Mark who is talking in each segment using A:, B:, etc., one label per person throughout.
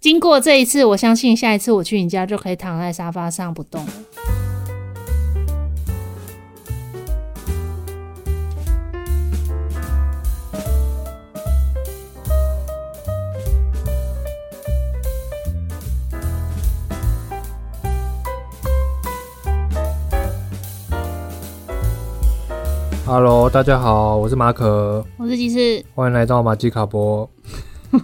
A: 经过这一次，我相信下一次我去你家就可以躺在沙发上不动了。
B: Hello，大家好，我是马可，
A: 我自己是，
B: 欢迎来到马吉卡波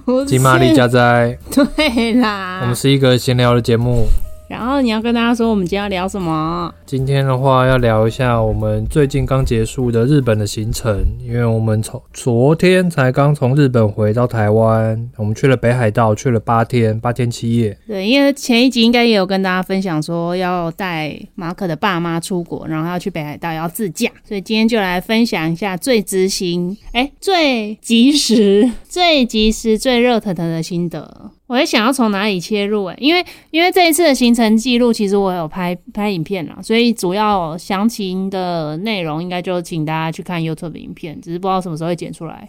A: 我
B: 金玛丽家哉。
A: 对
B: 我们
A: 啦。
B: 是一个闲聊的节目，
A: 然后你要跟大家说我们今天要聊什么？
B: 今天的话要聊一下我们最近刚结束的日本的行程，因为我们从昨天才刚从日本回到台湾，我们去了北海道，去了八天，八天七夜。
A: 对，因为前一集应该也有跟大家分享说要带马可的爸妈出国，然后要去北海道要自驾，所以今天就来分享一下最执行，哎，最及时、最及时、最热腾腾的心得。我也想要从哪里切入哎、因为 因为这一次的行程记录，其实我有拍拍影片啦，所以主要详情的内容应该就请大家去看 YouTube 影片，只是不知道什么时候会剪出来。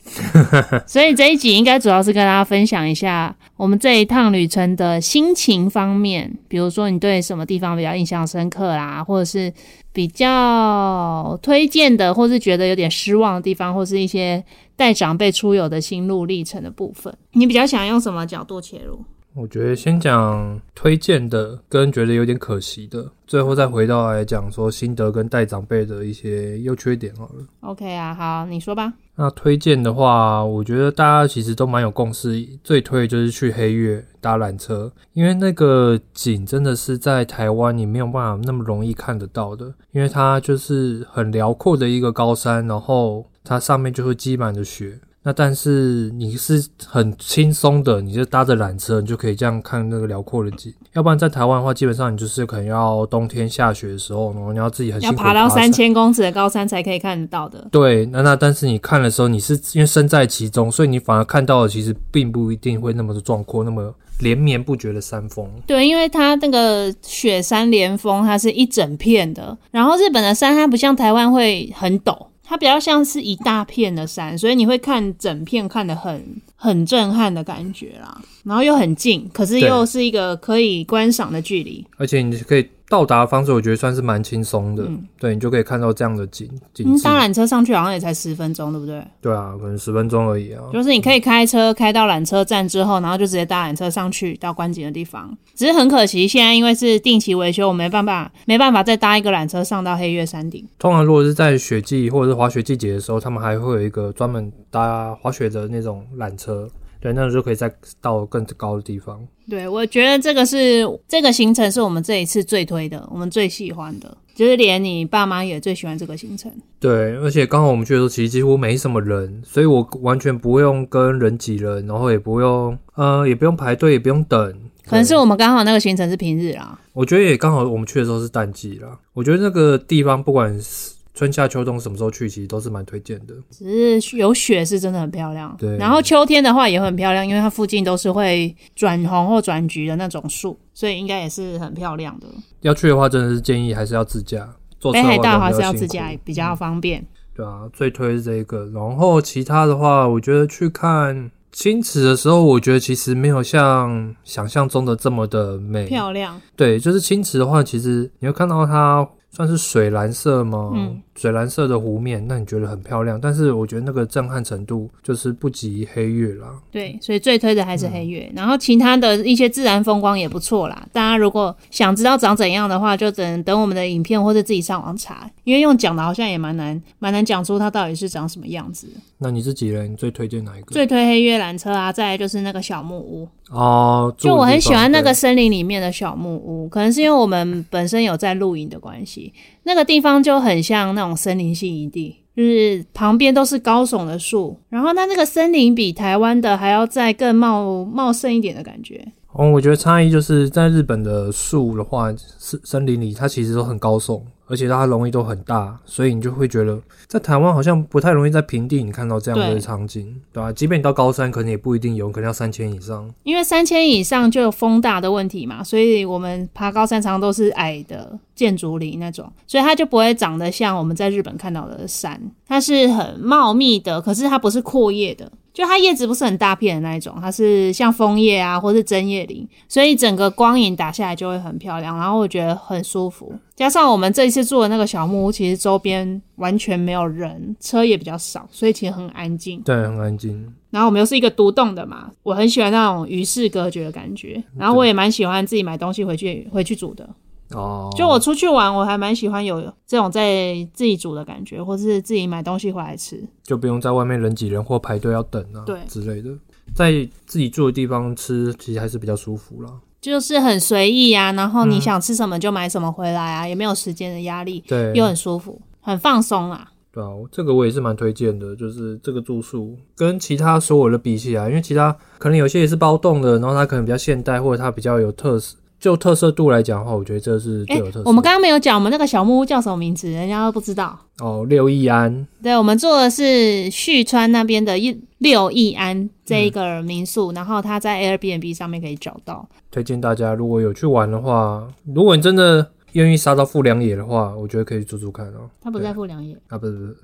A: 所以这一集应该主要是跟大家分享一下我们这一趟旅程的心情方面，比如说你对什么地方比较印象深刻啦，或者是比较推荐的，或是觉得有点失望的地方，或是一些带长辈出游的心路历程的部分，你比较想用什么角度切入？
B: 我觉得先讲推荐的，跟觉得有点可惜的，最后再回到来讲说心得跟带长辈的一些优缺点哦好了。
A: OK 啊，好，你说吧。
B: 那推荐的话，我觉得大家其实都蛮有共识，最推就是去黑月搭缆车，因为那个景真的是在台湾你没有办法那么容易看得到的，因为它就是很辽阔的一个高山，然后它上面就会积满着雪。那但是你是很轻松的，你就搭着缆车，你就可以这样看那个辽阔的景。要不然在台湾的话，基本上你就是可能要冬天下雪的时候，然后你要自己很辛
A: 要
B: 苦地
A: 爬到
B: 山
A: 三千公尺的高山才可以看得到的。
B: 对，那那但是你看的时候，你是因为身在其中，所以你反而看到的其实并不一定会那么的壮阔，那么连绵不绝的山峰。
A: 对，因为它那个雪山连峰，它是一整片的。然后日本的山，它不像台湾会很陡，它比较像是一大片的山，所以你会看整片看得很很震撼的感觉啦。然后又很近，可是
B: 对
A: 又是一个可以观赏的距离。
B: 而且你可以到达的方式，我觉得算是蛮轻松的。对你就可以看到这样的景景
A: 嗯，
B: 致。
A: 搭缆车上去好像也才十分钟，对不对？
B: 对啊，可能十分钟而已啊。
A: 就是你可以开车开到缆车站之后，然后就直接搭缆车上去到观景的地方。只是很可惜，现在因为是定期维修，我没办法没办法再搭一个缆车上到黑月山顶。
B: 通常如果是在雪季或者是滑雪季节的时候，他们还会有一个专门搭滑雪的那种缆车，对，那就可以再到更高的地方。
A: 对，我觉得这个是这个行程是我们这一次最推的，我们最喜欢的，就是连你爸妈也最喜欢这个行程。
B: 对，而且刚好我们去的时候，其实几乎没什么人，所以我完全不用跟人挤人，然后也不用呃，也不用排队，也不用等。
A: 可能是
B: 对
A: 我们刚好那个行程是平日啦，
B: 我觉得也刚好我们去的时候是淡季啦。我觉得那个地方不管是春夏秋冬什么时候去，其实都是蛮推荐的。
A: 只是有雪是真的很漂亮。
B: 对
A: 然后秋天的话也会很漂亮，因为它附近都是会转红或转橘的那种树，所以应该也是很漂亮的。
B: 要去的话，真的是建议还是要自驾。坐
A: 北
B: 车的话
A: 海道还
B: 可能比
A: 是要自
B: 较辛苦
A: 驾比较方便。
B: 对啊，最推是这个。然后其他的话，我觉得去看青池的时候，我觉得其实没有像想象中的这么的美。
A: 漂亮，
B: 对，就是青池的话，其实你会看到它算是水蓝色吗？
A: 嗯，
B: 水蓝色的湖面，那你觉得很漂亮，但是我觉得那个震撼程度就是不及黑月啦。
A: 对，所以最推的还是黑月，然后其他的一些自然风光也不错啦。大家如果想知道长怎样的话，就等等我们的影片或者自己上网查，因为用讲的好像也蛮难，蛮难讲出它到底是长什么样子。
B: 那你自己人，你最推荐哪一个？
A: 最推黑月缆车啊，再来就是那个小木屋，
B: 哦，住
A: 就
B: 的
A: 我
B: 地
A: 很喜
B: 方
A: 欢那
B: 对
A: 个森林里面的小木屋，可能是因为我们本身有在露营的关系，那个地方就很像那种森林系营地，就是旁边都是高耸的树，然后它那个森林比台湾的还要再更茂茂盛一点的感觉。
B: 哦，我觉得差异就是在日本的树的话，森森林里它其实都很高耸，而且它容易都很大，所以你就会觉得在台湾好像不太容易在平地你看到这样的
A: 对
B: 场景，对吧、即便你到高山，可能也不一定有，可能要三千以上。
A: 因为三千以上就有风大的问题嘛，所以我们爬高山常常都是矮的建筑林那种，所以它就不会长得像我们在日本看到的山，它是很茂密的，可是它不是阔叶的，就它叶子不是很大片的那一种，它是像枫叶啊或是针叶林，所以整个光影打下来就会很漂亮，然后我觉得很舒服。加上我们这一次住的那个小木屋，其实周边完全没有人，车也比较少，所以其实很安静。
B: 对，很安静。
A: 然后我们又是一个独栋的嘛，我很喜欢那种与世隔绝的感觉。然后我也蛮喜欢自己买东西回去回去煮的。
B: 嗯哦，
A: 就我出去玩，我还蛮喜欢有这种在自己煮的感觉，或是自己买东西回来吃。
B: 就不用在外面人挤人或排队要等啊，
A: 对
B: 之类的，在自己住的地方吃，其实还是比较舒服啦。
A: 就是很随意啊，然后你
B: 嗯
A: 想吃什么就买什么回来啊，也没有时间的压力，
B: 对，
A: 又很舒服，很放松啦。
B: 对啊，这个我也是蛮推荐的，就是这个住宿跟其他所有的比起来，因为其他可能有些也是包栋的，然后它可能比较现代，或者它比较有特色。就特色度来讲的话，我觉得这是最
A: 哎、
B: 有特色的。
A: 我们刚刚没有讲我们那个小木屋叫什么名字，人家都不知道。
B: 哦，六义安，
A: 对，我们住的是旭川那边的一六义安
B: 嗯
A: 这一个民宿，然后它在 Airbnb 上面可以找到。
B: 推荐大家如果有去玩的话，如果你真的愿意杀到富良野的话，我觉得可以住住看哦。
A: 它不在富良 野，
B: 啊，不是不是，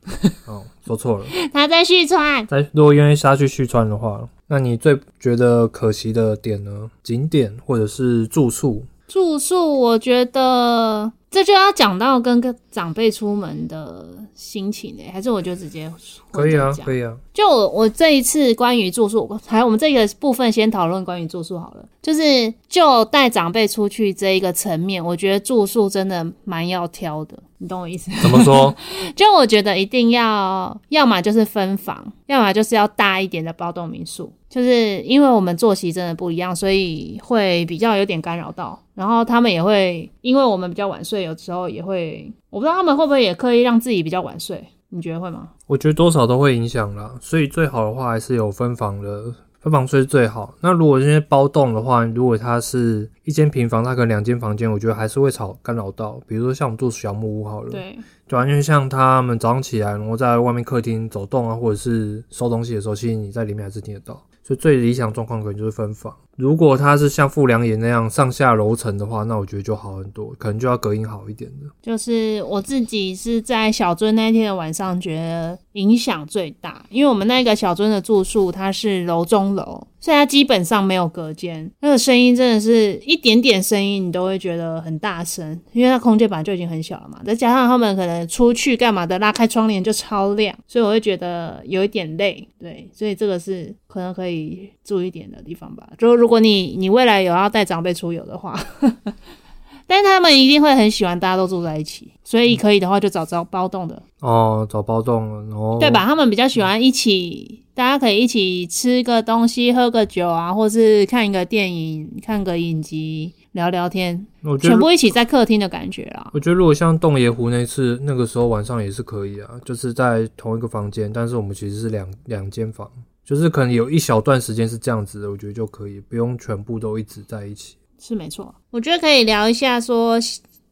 B: 哦，说错了。
A: 它在旭川。
B: 在如果愿意下去旭川的话，那你最觉得可惜的点呢？景点或者是住宿？
A: 住宿，我觉得这就要讲到跟个长辈出门的心情嘞、还是我就直接
B: 可以啊，
A: 讲
B: 可以啊。
A: 就我我这一次关于住宿，还有我们这个部分先讨论关于住宿好了。就是就带长辈出去这一个层面，我觉得住宿真的蛮要挑的，你懂我意思吗？
B: 怎么说？
A: 就我觉得一定要，要么就是分房，要么就是要大一点的包栋民宿。就是因为我们作息真的不一样，所以会比较有点干扰到。然后他们也会，因为我们比较晚睡，有时候也会，我不知道他们会不会也刻意让自己比较晚睡，你觉得会吗？
B: 我觉得多少都会影响啦，所以最好的话还是有分房的，分房睡是最好。那如果这些包栋的话，如果它是一间平房，它可能两间房间，我觉得还是会吵干扰到。比如说像我们住小木屋好了，
A: 对，
B: 对啊，因为像他们早上起来，然后在外面客厅走动啊，或者是收东西的时候，其实你在里面还是听得到。所以最理想状况可能就是分房。如果它是像富良野那样上下楼层的话，那我觉得就好很多，可能就要隔音好一点的。
A: 就是我自己是在小樽那天的晚上觉得影响最大，因为我们那个小樽的住宿它是楼中楼，所以它基本上没有隔间，那个声音真的是一点点声音你都会觉得很大声，因为它空间本来就已经很小了嘛，再加上他们可能出去干嘛的，拉开窗帘就超亮，所以我会觉得有一点累，对，所以这个是可能可以注意一点的地方吧。就如果你你未来有要带长辈出游的话，但他们一定会很喜欢大家都住在一起，所以可以的话就找找包栋的，
B: 哦，找包栋了，然后
A: 对吧？他们比较喜欢一起，大家可以一起吃个东西、喝个酒啊，或是看一个电影、看个影集、聊聊天，
B: 我觉得
A: 全部一起在客厅的感觉啦。
B: 我觉得如果像洞爷湖那次，那个时候晚上也是可以啊，就是在同一个房间，但是我们其实是两两间房，就是可能有一小段时间是这样子的，我觉得就可以，不用全部都一直在一起。
A: 是没错，我觉得可以聊一下说。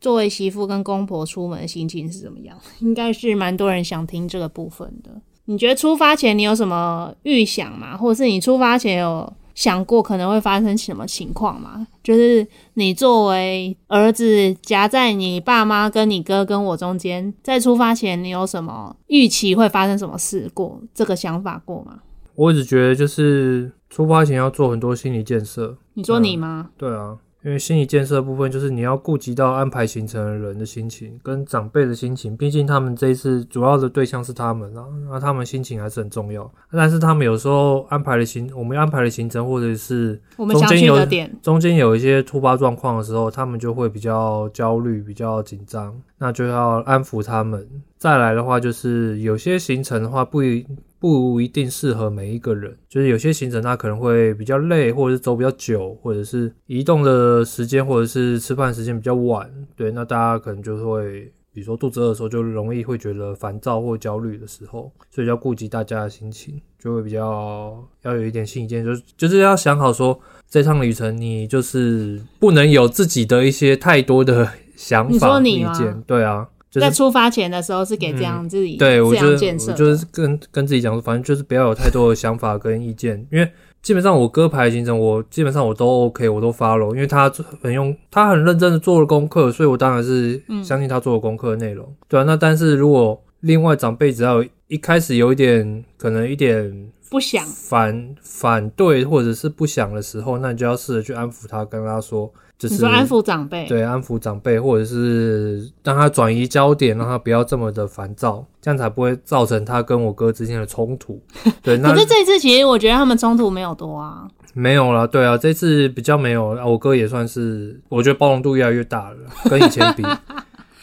A: 作为媳妇跟公婆出门的心情是怎么样？应该是蛮多人想听这个部分的。你觉得出发前你有什么预想吗？或者是你出发前有想过可能会发生什么情况吗？就是你作为儿子夹在你爸妈跟你哥跟我中间，在出发前你有什么预期会发生什么事过？这个想法过吗？
B: 我只觉得就是出发前要做很多心理建设，
A: 你说你吗？
B: 对啊，因为心理建设的部分就是你要顾及到安排行程的人的心情跟长辈的心情，毕竟他们这一次主要的对象是他们啊，那他们心情还是很重要。但是他们有时候安排的行，我们安排的行程或者是
A: 我们想
B: 中间
A: 去
B: 有
A: 的点，
B: 中间有一些突发状况的时候，他们就会比较焦虑、比较紧张，那就要安抚他们。再来的话，就是有些行程的话不一不一定适合每一个人，就是有些行程它可能会比较累，或者是走比较久，或者是移动的时间，或者是吃饭时间比较晚。对，那大家可能就会。比如说肚子饿的时候，就容易会觉得烦躁或焦虑的时候，所以要顾及大家的心情，就会比较要有一点心理建设，就是就是要想好说，这趟旅程你就是不能有自己的一些太多的想
A: 你说
B: 法、
A: 你
B: 意
A: 吗
B: 见，对啊，就
A: 在
B: 是嗯
A: 出发前的时候是给这样自己、
B: 对我
A: 这
B: 觉得
A: 样建设
B: 我
A: 的，
B: 就是跟跟自己讲说，反正就是不要有太多的想法跟意见，因为基本上我哥排的行程我基本上我都 OK，我都 follow，因为他很用他很认真的做了功课，所以我当然是
A: 嗯
B: 相信他做的功课的内容。对啊，那但是如果另外长辈只要一开始有一点可能一点
A: 不想
B: 反反对或者是不想的时候，那你就要试着去安抚他，跟他说，就是
A: 你说安抚长辈，
B: 对，安抚长辈，或者是让他转移焦点，让他不要这么的烦躁，这样才不会造成他跟我哥之间的冲 突。对，那
A: 可是这一次其实我觉得他们冲突没有多啊，
B: 没有啦，对啊，这次比较没有，啊我哥也算是，我觉得包容度越来越大了，跟以 前比，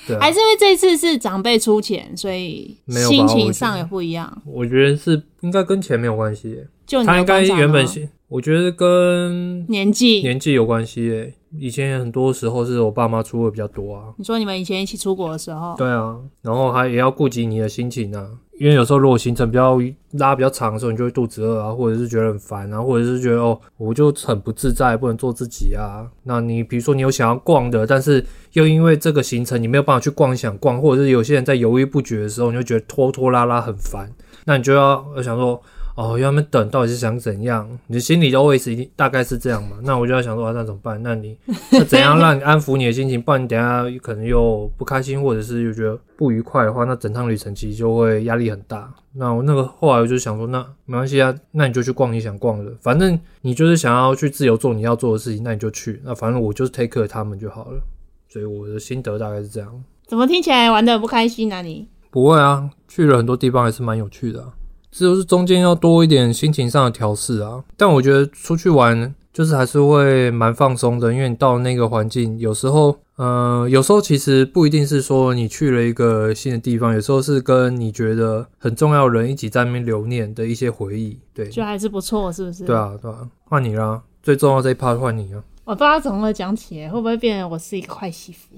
B: 对、啊
A: 还，是因为这次是长辈出钱，所以
B: 没有吧
A: 心
B: 我觉
A: 情
B: 得
A: 上也不一样。
B: 我觉得是应该跟钱没有关系耶，
A: 就你
B: 他
A: 的
B: 应该
A: 观察
B: 原本
A: 吗
B: 是，我觉得跟
A: 年纪，
B: 年纪有关系耶，以前很多时候是我爸妈出的比较多啊，
A: 你说你们以前一起出国的时候，
B: 对啊，然后还也要顾及你的心情啊，因为有时候如果行程比较拉比较长的时候，你就会肚子饿啊，或者是觉得很烦啊，或者是觉得哦，我就很不自在，不能做自己啊。那你比如说你有想要逛的，但是又因为这个行程你没有办法去逛你想逛，或者是有些人在犹豫不决的时候，你就觉得拖拖拉拉很烦，那你就要呃想说。哦，要他们等，到底是想怎样？你的心里的 OS 一定大概是这样嘛？那我就要想说，啊、那怎么办？那你那怎样让你安抚你的心情？不然你等一下可能又不开心，或者是又觉得不愉快的话，那整趟旅程其实就会压力很大。那我那个后来我就想说，那没关系啊，那你就去逛你想逛的，反正你就是想要去自由做你要做的事情，那你就去。那反正我就是 take care 他们就好了。所以我的心得大概是这样。
A: 怎么听起来玩的不开心啊你？
B: 不会啊，去了很多地方还是蛮有趣的、啊，只有是中间要多一点心情上的调试啊。但我觉得出去玩就是还是会蛮放松的，因为你到那个环境，有时候，呃，有时候其实不一定是说你去了一个新的地方，有时候是跟你觉得很重要的人一起在那边留念的一些回忆。对，
A: 就还是啊不错，是不是？
B: 对啊，对啊，换你啦，最重要这一 part 换你啊，
A: 我不知道怎么会讲起来，会不会变成我是一个坏媳妇？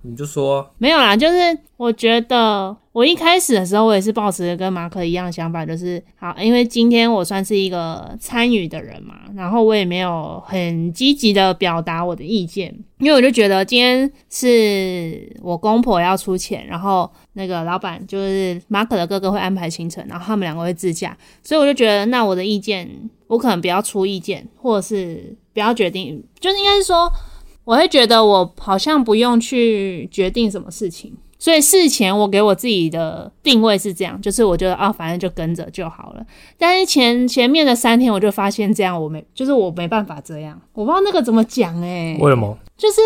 B: 你就说、啊，
A: 没有啦，就是我觉得我一开始的时候，我也是抱持跟马可一样的想法，就是好，因为今天我算是一个参与的人嘛，然后我也没有很积极的表达我的意见，因为我就觉得今天是我公婆要出钱，然后那个老板就是马可的哥哥会安排行程，然后他们两个会自驾，所以我就觉得那我的意见，我可能不要出意见，或者是不要决定，就是应该是说。我会觉得我好像不用去决定什么事情，所以事前我给我自己的定位是这样，就是我觉得啊，反正就跟着就好了。但是前前面的三天我就发现这样，我没就是我没办法这样，我不知道那个怎么讲欸诶、
B: 为什么？
A: 就是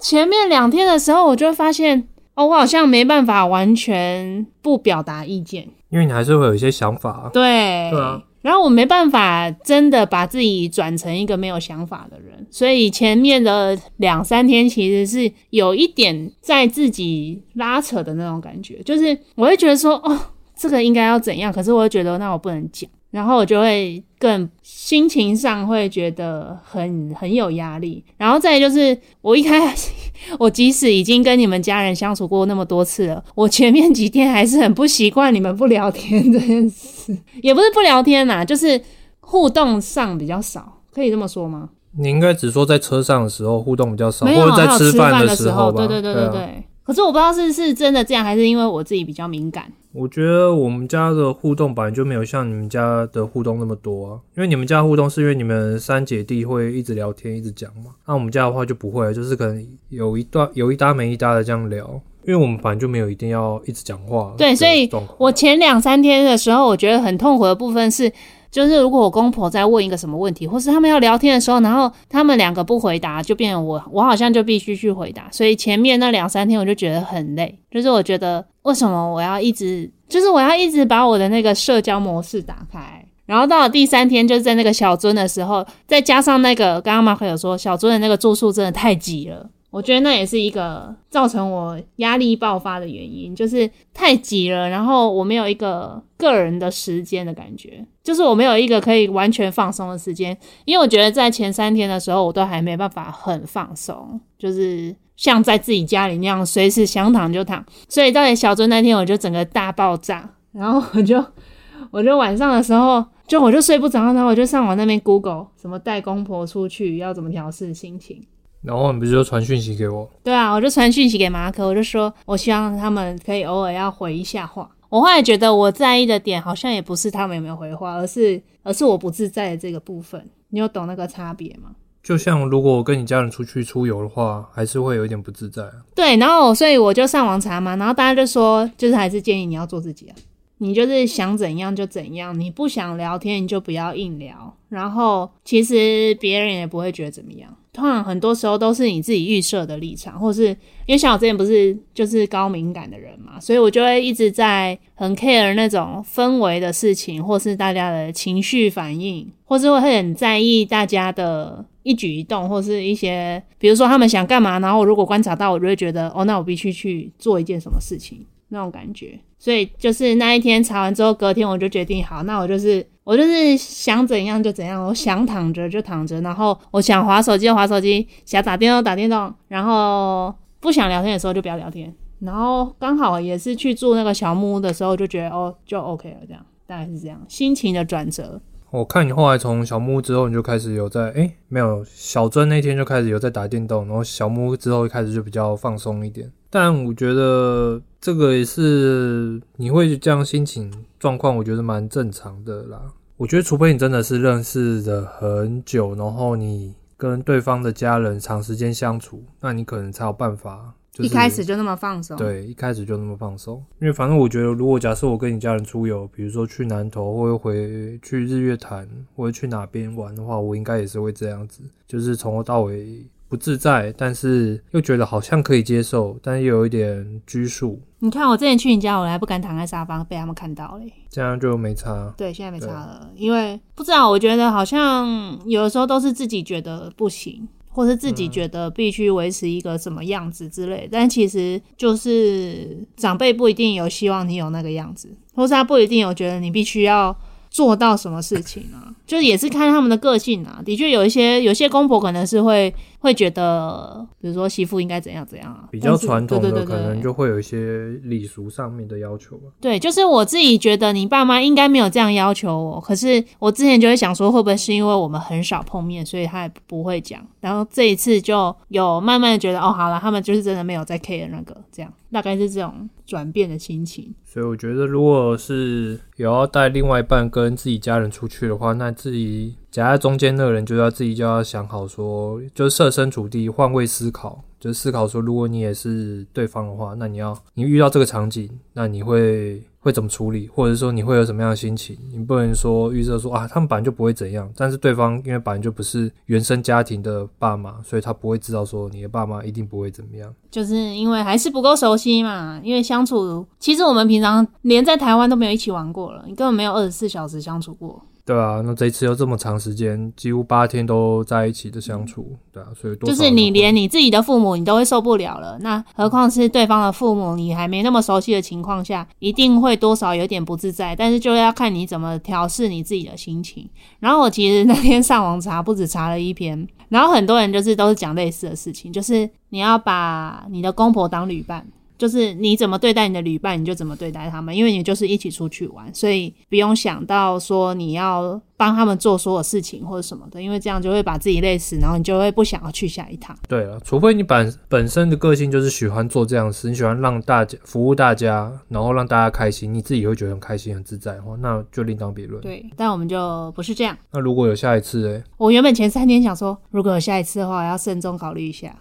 A: 前面两天的时候，我就发现哦，我好像没办法完全不表达意见，
B: 因为你还是会有一些想法、啊。
A: 对，
B: 对啊
A: 然后我没办法真的把自己转成一个没有想法的人，所以前面的两三天其实是有一点在自己拉扯的那种感觉，就是我会觉得说，哦，这个应该要怎样，可是我会觉得那我不能讲，然后我就会更心情上会觉得很很有压力，然后再来就是我一开始 我即使已经跟你们家人相处过那么多次了，我前面几天还是很不习惯你们不聊天这件事，也不是不聊天啦、就是互动上比较少，可以这么说吗？
B: 你应该只说在车上的时候互动比较少，
A: 没
B: 或
A: 有，
B: 者
A: 还有
B: 在
A: 吃
B: 饭
A: 的
B: 时
A: 候，
B: 吧。
A: 对对对对
B: 啊
A: 对。可是我不知道是是真的这样，还是因为我自己比较敏感。
B: 我觉得我们家的互动本来就没有像你们家的互动那么多啊，因为你们家互动是因为你们三姐弟会一直聊天一直讲嘛，那我们家的话就不会，就是可能有一段有一搭没一搭的这样聊，因为我们本来就没有一定要一直讲话。
A: 对所以
B: 状况
A: 我前两三天的时候，我觉得很痛苦的部分是，就是如果我公婆在问一个什么问题，或是他们要聊天的时候，然后他们两个不回答，就变成我，我好像就必须去回答。所以前面那两三天我就觉得很累，就是我觉得为什么我要一直，就是我要一直把我的那个社交模式打开。然后到了第三天，就是在那个小樽的时候，再加上那个刚刚马可有说小樽的那个住宿真的太挤了，我觉得那也是一个造成我压力爆发的原因，就是太挤了，然后我没有一个个人的时间的感觉，就是我没有一个可以完全放松的时间，因为我觉得在前三天的时候，我都还没办法很放松，就是像在自己家里那样随时想躺就躺，所以到底小周那天我就整个大爆炸，然后我就 我就晚上的时候。就我就睡不着，然后我就上网那边 Google 什么带公婆出去要怎么调试心情，
B: 然后你不是就传讯息给我，
A: 对啊，我就传讯息给马可，我就说我希望他们可以偶尔要回一下话。我后来觉得我在意的点好像也不是他们有没有回话，而是而是我不自在的这个部分。你有懂那个差别吗？
B: 就像如果我跟你家人出去出游的话，还是会有一点不自在啊。
A: 对，然后所以我就上网查嘛，然后大家就说，就是还是建议你要做自己啊，你就是想怎样就怎样，你不想聊天你就不要硬聊，然后其实别人也不会觉得怎么样。通常很多时候都是你自己预设的立场，或是因为像我之前不是就是高敏感的人嘛，所以我就会一直在很 care 那种氛围的事情，或是大家的情绪反应，或是会很在意大家的一举一动，或是一些比如说他们想干嘛，然后我如果观察到，我就会觉得哦，那我必须去做一件什么事情那种感觉。所以就是那一天查完之后，隔天我就决定，好，那我就是我就是想怎样就怎样，我想躺着就躺着，然后我想划手机就划手机，想打电动就打电动，然后不想聊天的时候就不要聊天。然后刚好也是去住那个小木屋的时候，就觉得哦，就 OK 了，这样大概是这样，心情的转折。
B: 我看你后来从小木屋之后，你就开始有在诶，没有小珍那天就开始有在打电动，然后小木屋之后一开始就比较放松一点。但我觉得这个也是你会这样心情状况，我觉得蛮正常的啦。我觉得除非你真的是认识的很久，然后你跟对方的家人长时间相处，那你可能才有办法。就是、
A: 一开始就那么放松，
B: 对，一开始就那么放松，因为反正我觉得，如果假设我跟你家人出游，比如说去南投，或者回去日月潭，或者去哪边玩的话，我应该也是会这样子，就是从头到尾不自在，但是又觉得好像可以接受，但又有一点拘束，
A: 你看我之前去你家，我还不敢躺在沙发，被他们看到嘞。
B: 这样就没差。
A: 对，现在没差了，因为不知道，我觉得好像有的时候都是自己觉得不行，或是自己
B: 嗯
A: 觉得必须维持一个什么样子之类，但其实就是长辈不一定有希望你有那个样子，或是他不一定有觉得你必须要。做到什么事情啊？就是也是看他们的个性啊。的确有一些有些公婆可能是会会觉得，比如说媳妇应该怎样怎样啊，
B: 比较传统
A: 但是
B: 的
A: 对对对
B: 可
A: 对
B: 能就会有一些礼俗上面的要求吧。
A: 对，就是我自己觉得你爸妈应该没有这样要求我，可是我之前就会想说，会不会是因为我们很少碰面，所以他也不会讲。然后这一次就有慢慢的觉得，哦，好了，他们就是真的没有在 care 那个，这样大概是这种转变的心情。
B: 所以我觉得，如果是有要带另外一半跟自己家人出去的话，那自己夹在中间那个人就要自己就要想好说，就是设身处地、换位思考，就是思考说，如果你也是对方的话，那你要你遇到这个场景，那你会会怎么处理，或者说你会有什么样的心情？你不能说预设说啊，他们本来就不会怎样，但是对方因为本来就不是原生家庭的爸妈，所以他不会知道说你的爸妈一定不会怎么样。
A: 就是因为还是不够熟悉嘛，因为相处，其实我们平常连在台湾都没有一起玩过了，你根本没有二十四小时相处过。
B: 对啊，那这一次又这么长时间，几乎八天都在一起的相处，对啊，所以多
A: 嗯就
B: 少
A: 是你连
B: 有
A: 你自己的父母你都会受不了了，那何况是对方的父母，你还没那么熟悉的情况下，一定会多少有点不自在。但是就要看你怎么调试你自己的心情。然后我其实那天上网查，不止查了一篇，然后很多人就是都是讲类似的事情，就是你要把你的公婆当旅伴。就是你怎么对待你的旅伴，你就怎么对待他们，因为你就是一起出去玩，所以不用想到说你要帮他们做所有事情或者什么的，因为这样就会把自己累死，然后你就会不想要去下一趟。
B: 对啊，除非你本本身的个性就是喜欢做这样的事，你喜欢让大家服务大家，然后让大家开心，你自己会觉得很开心、很自在的话，那就另当别论。
A: 对，但我们就不是这样。
B: 那如果有下一次、欸，
A: 我原本前三天想说，如果有下一次的话，要慎重考虑一下。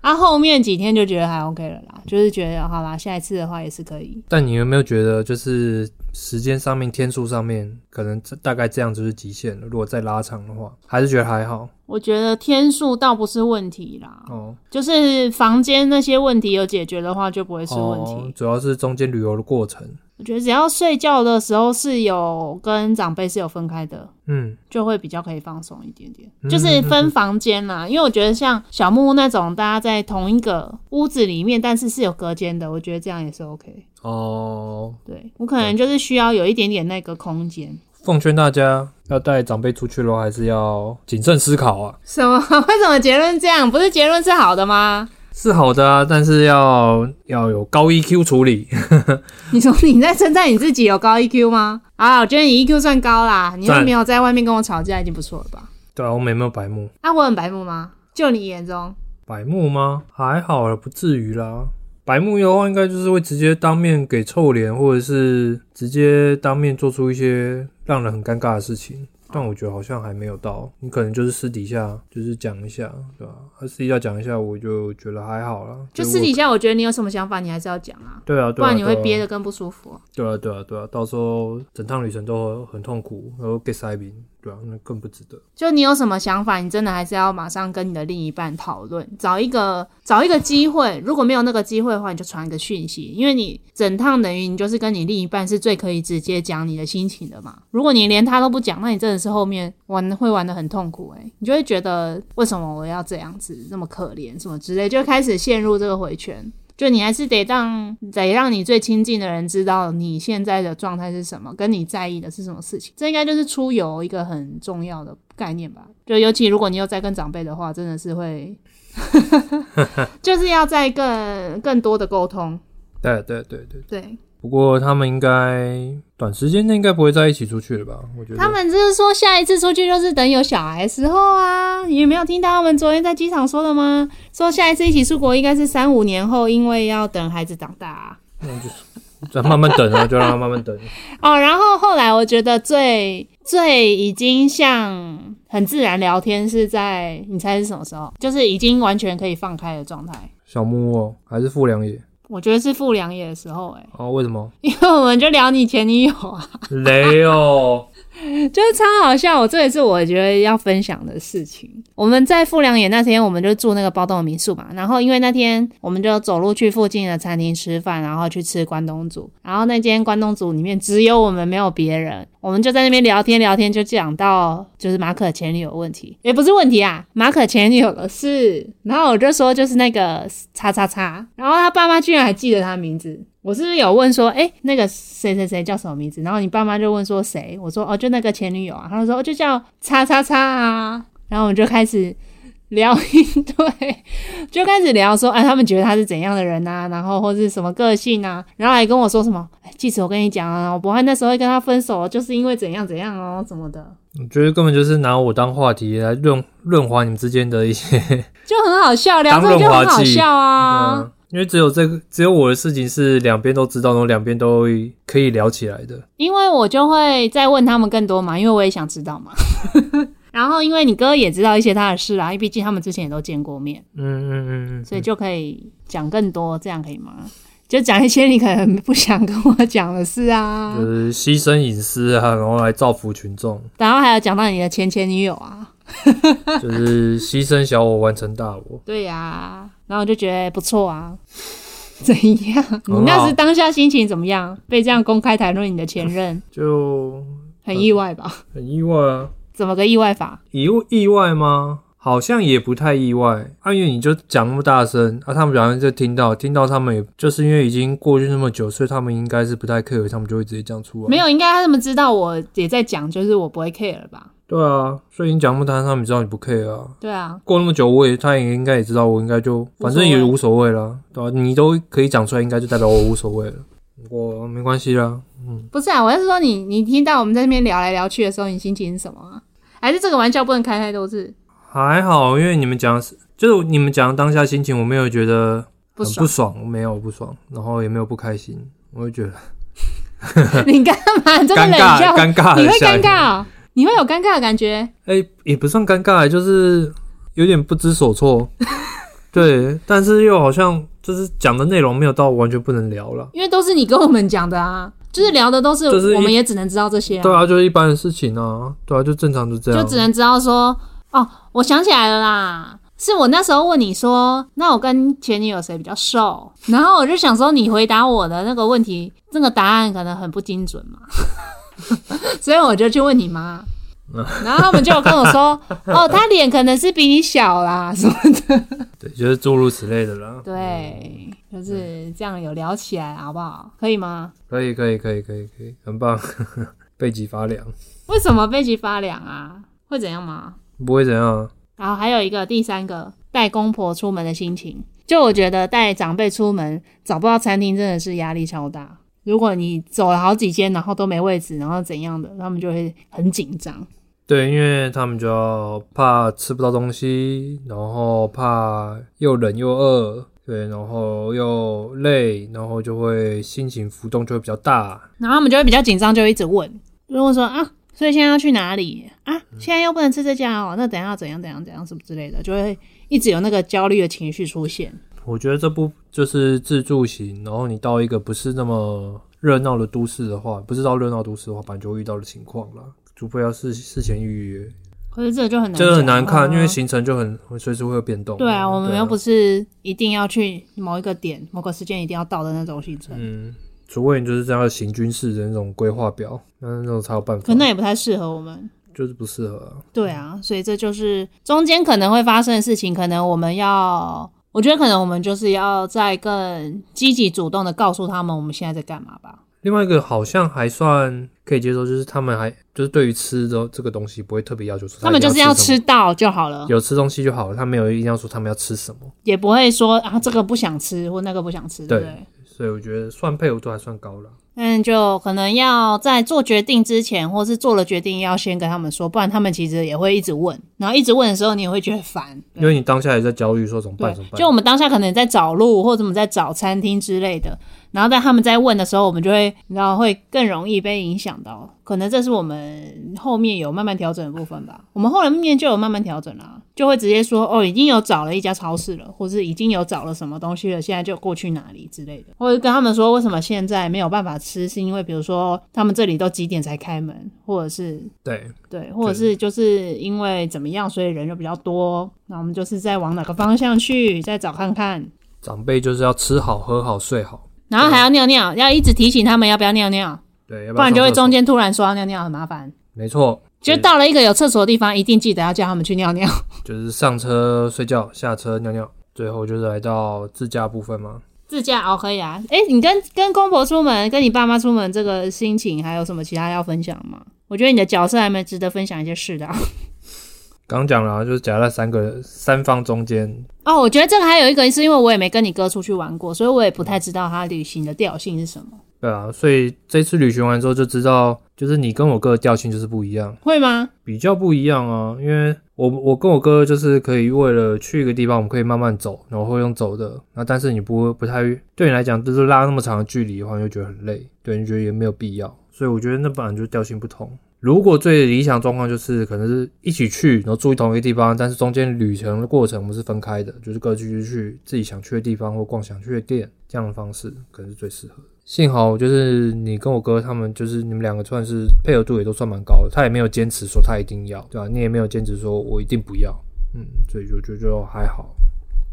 A: 啊，后面几天就觉得还 OK 了啦，就是觉得好啦，下一次的话也是可以。
B: 但你有没有觉得就是时间上面、天数上面，可能这大概这样就是极限了？如果再拉长的话，还是觉得还好
A: 我觉得天数倒不是问题啦，
B: 哦。
A: 就是房间那些问题有解决的话，就不会是问题。
B: 哦，主要是中间旅游的过程，
A: 我觉得只要睡觉的时候是有跟长辈是有分开的，
B: 嗯。
A: 就会比较可以放松一点点，
B: 嗯
A: 就是分房间啦、因为我觉得像小木屋那种，大家在同一个屋子里面，但是是有隔间的，我觉得这样也是 OK。
B: 哦，
A: 对我可能就是需要有一点点那个空间。
B: 奉劝大家要带长辈出去的话，还是要谨慎思考啊。
A: 什么？ 为什么结论这样？不是结论是好的吗？
B: 是好的啊，但是要要有高 EQ 处理，
A: 你说你在称赞你自己有高 EQ 吗？啊，我觉得你 EQ 算高啦，你又
B: 赞
A: 没有在外面跟我吵架，已经不错了吧？
B: 对啊，我们有没有白目？
A: 啊，我很白目吗？就你眼中，
B: 白目吗？还好了，不至于啦。白目优化应该就是会直接当面给臭脸，或者是直接当面做出一些让人很尴尬的事情。但我觉得好像还没有到，你可能就是私底下就是讲一下，对吧、啊？私底下讲一下，我就觉得还好啦。
A: 就
B: 对
A: 私
B: 我
A: 底下，我觉得你有什么想法，你还是要讲啊，
B: 对啊，
A: 不
B: 对啊，
A: 然你会
B: 对啊
A: 憋得更不舒服。
B: 对啊，对啊，对啊，到时候整趟旅程都很痛苦，然后 get 塞宾，对啊，那更不值得。
A: 就你有什么想法，你真的还是要马上跟你的另一半讨论，找一个找一个机会。如果没有那个机会的话，你就传一个讯息，因为你整趟等于你就是跟你另一半是最可以直接讲你的心情的嘛。如果你连他都不讲，那你真的是后面玩会玩的很痛苦诶、你就会觉得为什么我要这样子那么可怜什么之类，就开始陷入这个回圈。就你还是得让得让你最亲近的人知道你现在的状态是什么，跟你在意的是什么事情。这应该就是出游一个很重要的概念吧。就尤其如果你有在跟长辈的话，真的是会， 就是要在更更多的沟通。
B: 对啊对对对，
A: 对
B: 不过他们应该短时间内应该不会在一起出去了吧？我觉得
A: 他们就是说，下一次出去就是等有小孩的时候啊。你没有听到他们昨天在机场说的吗？说下一次一起出国应该是三五年后，因为要等孩子长大、啊。
B: 再慢慢等啊，就让他慢慢 等。
A: 哦，然后后来我觉得最最已经像很自然聊天是在你猜是什么时候？就是已经完全可以放开的状态。
B: 小木哦，还是富良野
A: 我觉得是傅良野的时候、欸，诶，
B: 哦？为什么
A: 因为我们就聊你前女友啊，
B: 雷哦？
A: 就是超好笑。我这也是我觉得要分享的事情。我们在傅良野那天，我们就住那个包栋的民宿嘛，然后因为那天我们就走路去附近的餐厅吃饭，然后去吃关东煮，然后那间关东煮里面只有我们没有别人，我们就在那边聊天聊天，就讲到就是马可前女友的问题，也不是问题啊，马可前女友的事。然后我就说就是那个叉叉叉，然后他爸妈居然还记得他名字。我是不是有问说，哎、那个谁谁谁叫什么名字？然后你爸妈就问说谁？我说哦，就那个前女友啊。他就说哦，就叫叉叉叉啊。然后我们就开始聊 一堆，就开始聊说，哎，他们觉得他是怎样的人啊，然后或是什么个性啊，然后还跟我说什么，哎，记者，我跟你讲啊，我博翰那时候会跟他分手，就是因为怎样怎样哦，什么的，
B: 我觉得根本就是拿我当话题来润润滑你们之间的一些
A: 就很好笑，啊聊
B: 当
A: 这个
B: 润
A: 就
B: 滑
A: 很好
B: 剂
A: 笑 啊。
B: 嗯，因为只有这个，只有我的事情是两边都知道，然后两边都可以聊起来的。
A: 因为我就会再问他们更多嘛，因为我也想知道嘛。 然后因为你哥也知道一些他的事啊，因为毕竟他们之前也都见过面，
B: 嗯嗯嗯嗯，
A: 所以就可以讲更多，这样可以吗？就讲一些你可能不想跟我讲的事啊，
B: 就是牺牲隐私啊，然后来造福群 众，
A: 然后还有讲到你的前前女友啊，
B: 就是牺牲小我完成大我。
A: 对呀、然后我就觉得不错啊。 怎样？
B: 很
A: 你
B: 好
A: 那时当下心情怎么样？被这样公开谈论你的前 任，
B: 就
A: 很意外吧？
B: 很意外啊，
A: 怎么个意外法？
B: 意意外吗？好像也不太意外，啊，因为你就讲那么大声，啊，他们好像就听到，听到他们也就是因为已经过去那么久，所以他们应该是不太 care，他们就会直接讲出来。
A: 没有，应该他们知道我也在讲，就是我不会 care 了吧？
B: 对啊，所以你讲那么大声，他们知道你不 care 啊。
A: 对啊，
B: 过那么久，我也他也应该也知道，我应该就反正也无所谓啦，对吧、你都可以讲出来，应该就代表我无所谓了，我没关系啦。
A: 不是啊，我是说你，你听到我们在那边聊来聊去的时候，你心情是什么啊？还是这个玩笑不能开太多次，
B: 还好，因为你们讲的是就是你们讲的当下心情，我没有觉得
A: 不
B: 很
A: 爽
B: 不？爽，没有不爽，然后也没有不开心，我就觉得
A: 你干嘛这么
B: 尴
A: 冷
B: 尬
A: 笑？
B: 尴尬，
A: 你会尴？尬哦、你会有尴尬的感觉？
B: 哎、也不算尴尬，就是有点不知所措。 对，但是又好像就是讲的内容没有到完全不能聊了。
A: 因为都是你跟我们讲的啊，就是聊的都是，
B: 就是一
A: 我们也只能知道这些、啊，
B: 对啊，就是一般的事情啊，对啊，就正常就这样。
A: 就只能知道说，哦，我想起来了啦。是我那时候问你说，那我跟前女友谁比较瘦？然后我就想说，你回答我的那个问题，那个答案可能很不精准嘛， 所以我就去问你妈，然后他们就有跟我说，哦，她脸可能是比你小啦， 什么
B: 对，就是诸如此类的啦。
A: 对，就是这样有聊起来好不好？可以吗？
B: 可以，可以，可以，可以，可以，很棒， 背脊发凉，
A: 为什么背脊发凉啊？会怎样吗？
B: 不会怎样啊。
A: 然后还有一个第三个带公婆出门的心情，就我觉得带长辈出门找不到餐厅真的是压力超大。如果你走了好几间，然后都没位置，然后怎样的，他们就会很紧张。
B: 对，因为他们就要怕吃不到东西，然后怕又冷又饿，对，然后又累，然后就会心情浮动就会比较大。
A: 然后他们就会比较紧张，就会一直问，就问说啊，所以现在要去哪里啊？现在又不能吃这家哦，那等一下要怎样怎样怎样什么之类的，就会一直有那个焦虑的情绪出现。
B: 我觉得这部就是自助型，然后你到一个不是那么热闹的都市的话，不是到热闹都市的话，本来就会遇到的情况啦。除非要事事前预约，
A: 可是这个就很难，
B: 这个很难看，因为
A: 行。
B: 行程就很随时会有变动。
A: 对啊，我们又不
B: 是，
A: 是一定要去某一个点、某个时间一定要到的那种行程，
B: 嗯，除非你就是这样行军式的那种规划表，那那种才有办
A: 可
B: 法
A: 能，那也不太适合我们。
B: 就是不适合、啊。
A: 对啊，所以这就是中间可能会发生的事情，可能我们要，我觉得可能我们就是要再更积极主动的告诉他们我们现在在干嘛吧。
B: 另外一个好像还算可以接受，就是他们还就是对于吃的这个东西不会特别要求说，
A: 他们就是要
B: 吃
A: 吃
B: 什么，
A: 到就好了，
B: 有吃东西就好了，他没有一定要说他们要吃什么，
A: 也不会说啊这个不想吃或那个不想吃，对不
B: 对
A: 对？
B: 所以我觉得算配合度还算高了。
A: 嗯，就可能要在做决定之前，或是做了决定要先跟他们说，不然他们其实也会一直问，然后一直问的时候，你也会觉得烦。对
B: 因为你当下也在焦虑，说怎么办？
A: 嗯对
B: 怎么，办？
A: 就我们当下可能在找路，或者我们在找餐厅之类的，然后在他们在问的时候，我们就会，你知道，会更容易被影响到。可能这是我们后面有慢慢调整的部分吧。我们后面就有慢慢调整啦，就会直接说，哦，已经有找了一家超市了，或是已经有找了什么东西了，现在就过去哪里之类的。或者跟他们说，为什么现在没有办法吃，是因为比如说他们这里都几点才开门，或者是
B: 对，
A: 对，或者是就是因为怎么样，所以人就比较多。那我们就是再往哪个方向去，再找看看。
B: 长辈就是要吃好、喝好、睡好，
A: 然后还要尿尿，要一直提醒他们要不要尿尿，
B: 对，要
A: 不
B: 不
A: 然就会中
B: 间
A: 间突然说要尿尿，很麻烦。
B: 没错，
A: 就
B: 对
A: 到了一个有厕所的地方，一定记得要叫他们去尿尿。
B: 就是上车睡觉，下车尿尿，最后就是来到自驾部分嘛。
A: 自驾熬可以啊。哎、你跟跟公婆出门，跟你爸妈出门，这个心情还有什么其他要分享吗？我觉得你的角色还蛮值得分享一些事的啊、
B: 刚讲了啊，就是夹在三个三方中间，
A: 哦，我觉得这个还有一个是因为我也没跟你哥出去玩过，所以我也不太知道他旅行的调性是什么，
B: 对啊，所以这次旅行完之后就知道，就是你跟我哥的调性就是不一样，
A: 会吗？
B: 比较不一样啊。因为我我跟我哥就是可以为了去一个地方，我们可以慢慢走，然后会用走的。那但是你不会不太对你来讲，就是拉那么长的距离的话，你就觉得很累，对，你觉得也没有必要。所以我觉得那本来就是调性不同。如果最理想状况就是可能是一起去，然后住同一个地方，但是中间旅程的过程我们是分开的，就是各自去自己想去的地方或逛想去的店，这样的方式可能是最适合的。幸好就是你跟我哥他们，就是你们两个算是配合度也都算蛮高的，他也没有坚持说他一定要，对吧、你也没有坚持说我一定不要，嗯，所以就就就还好。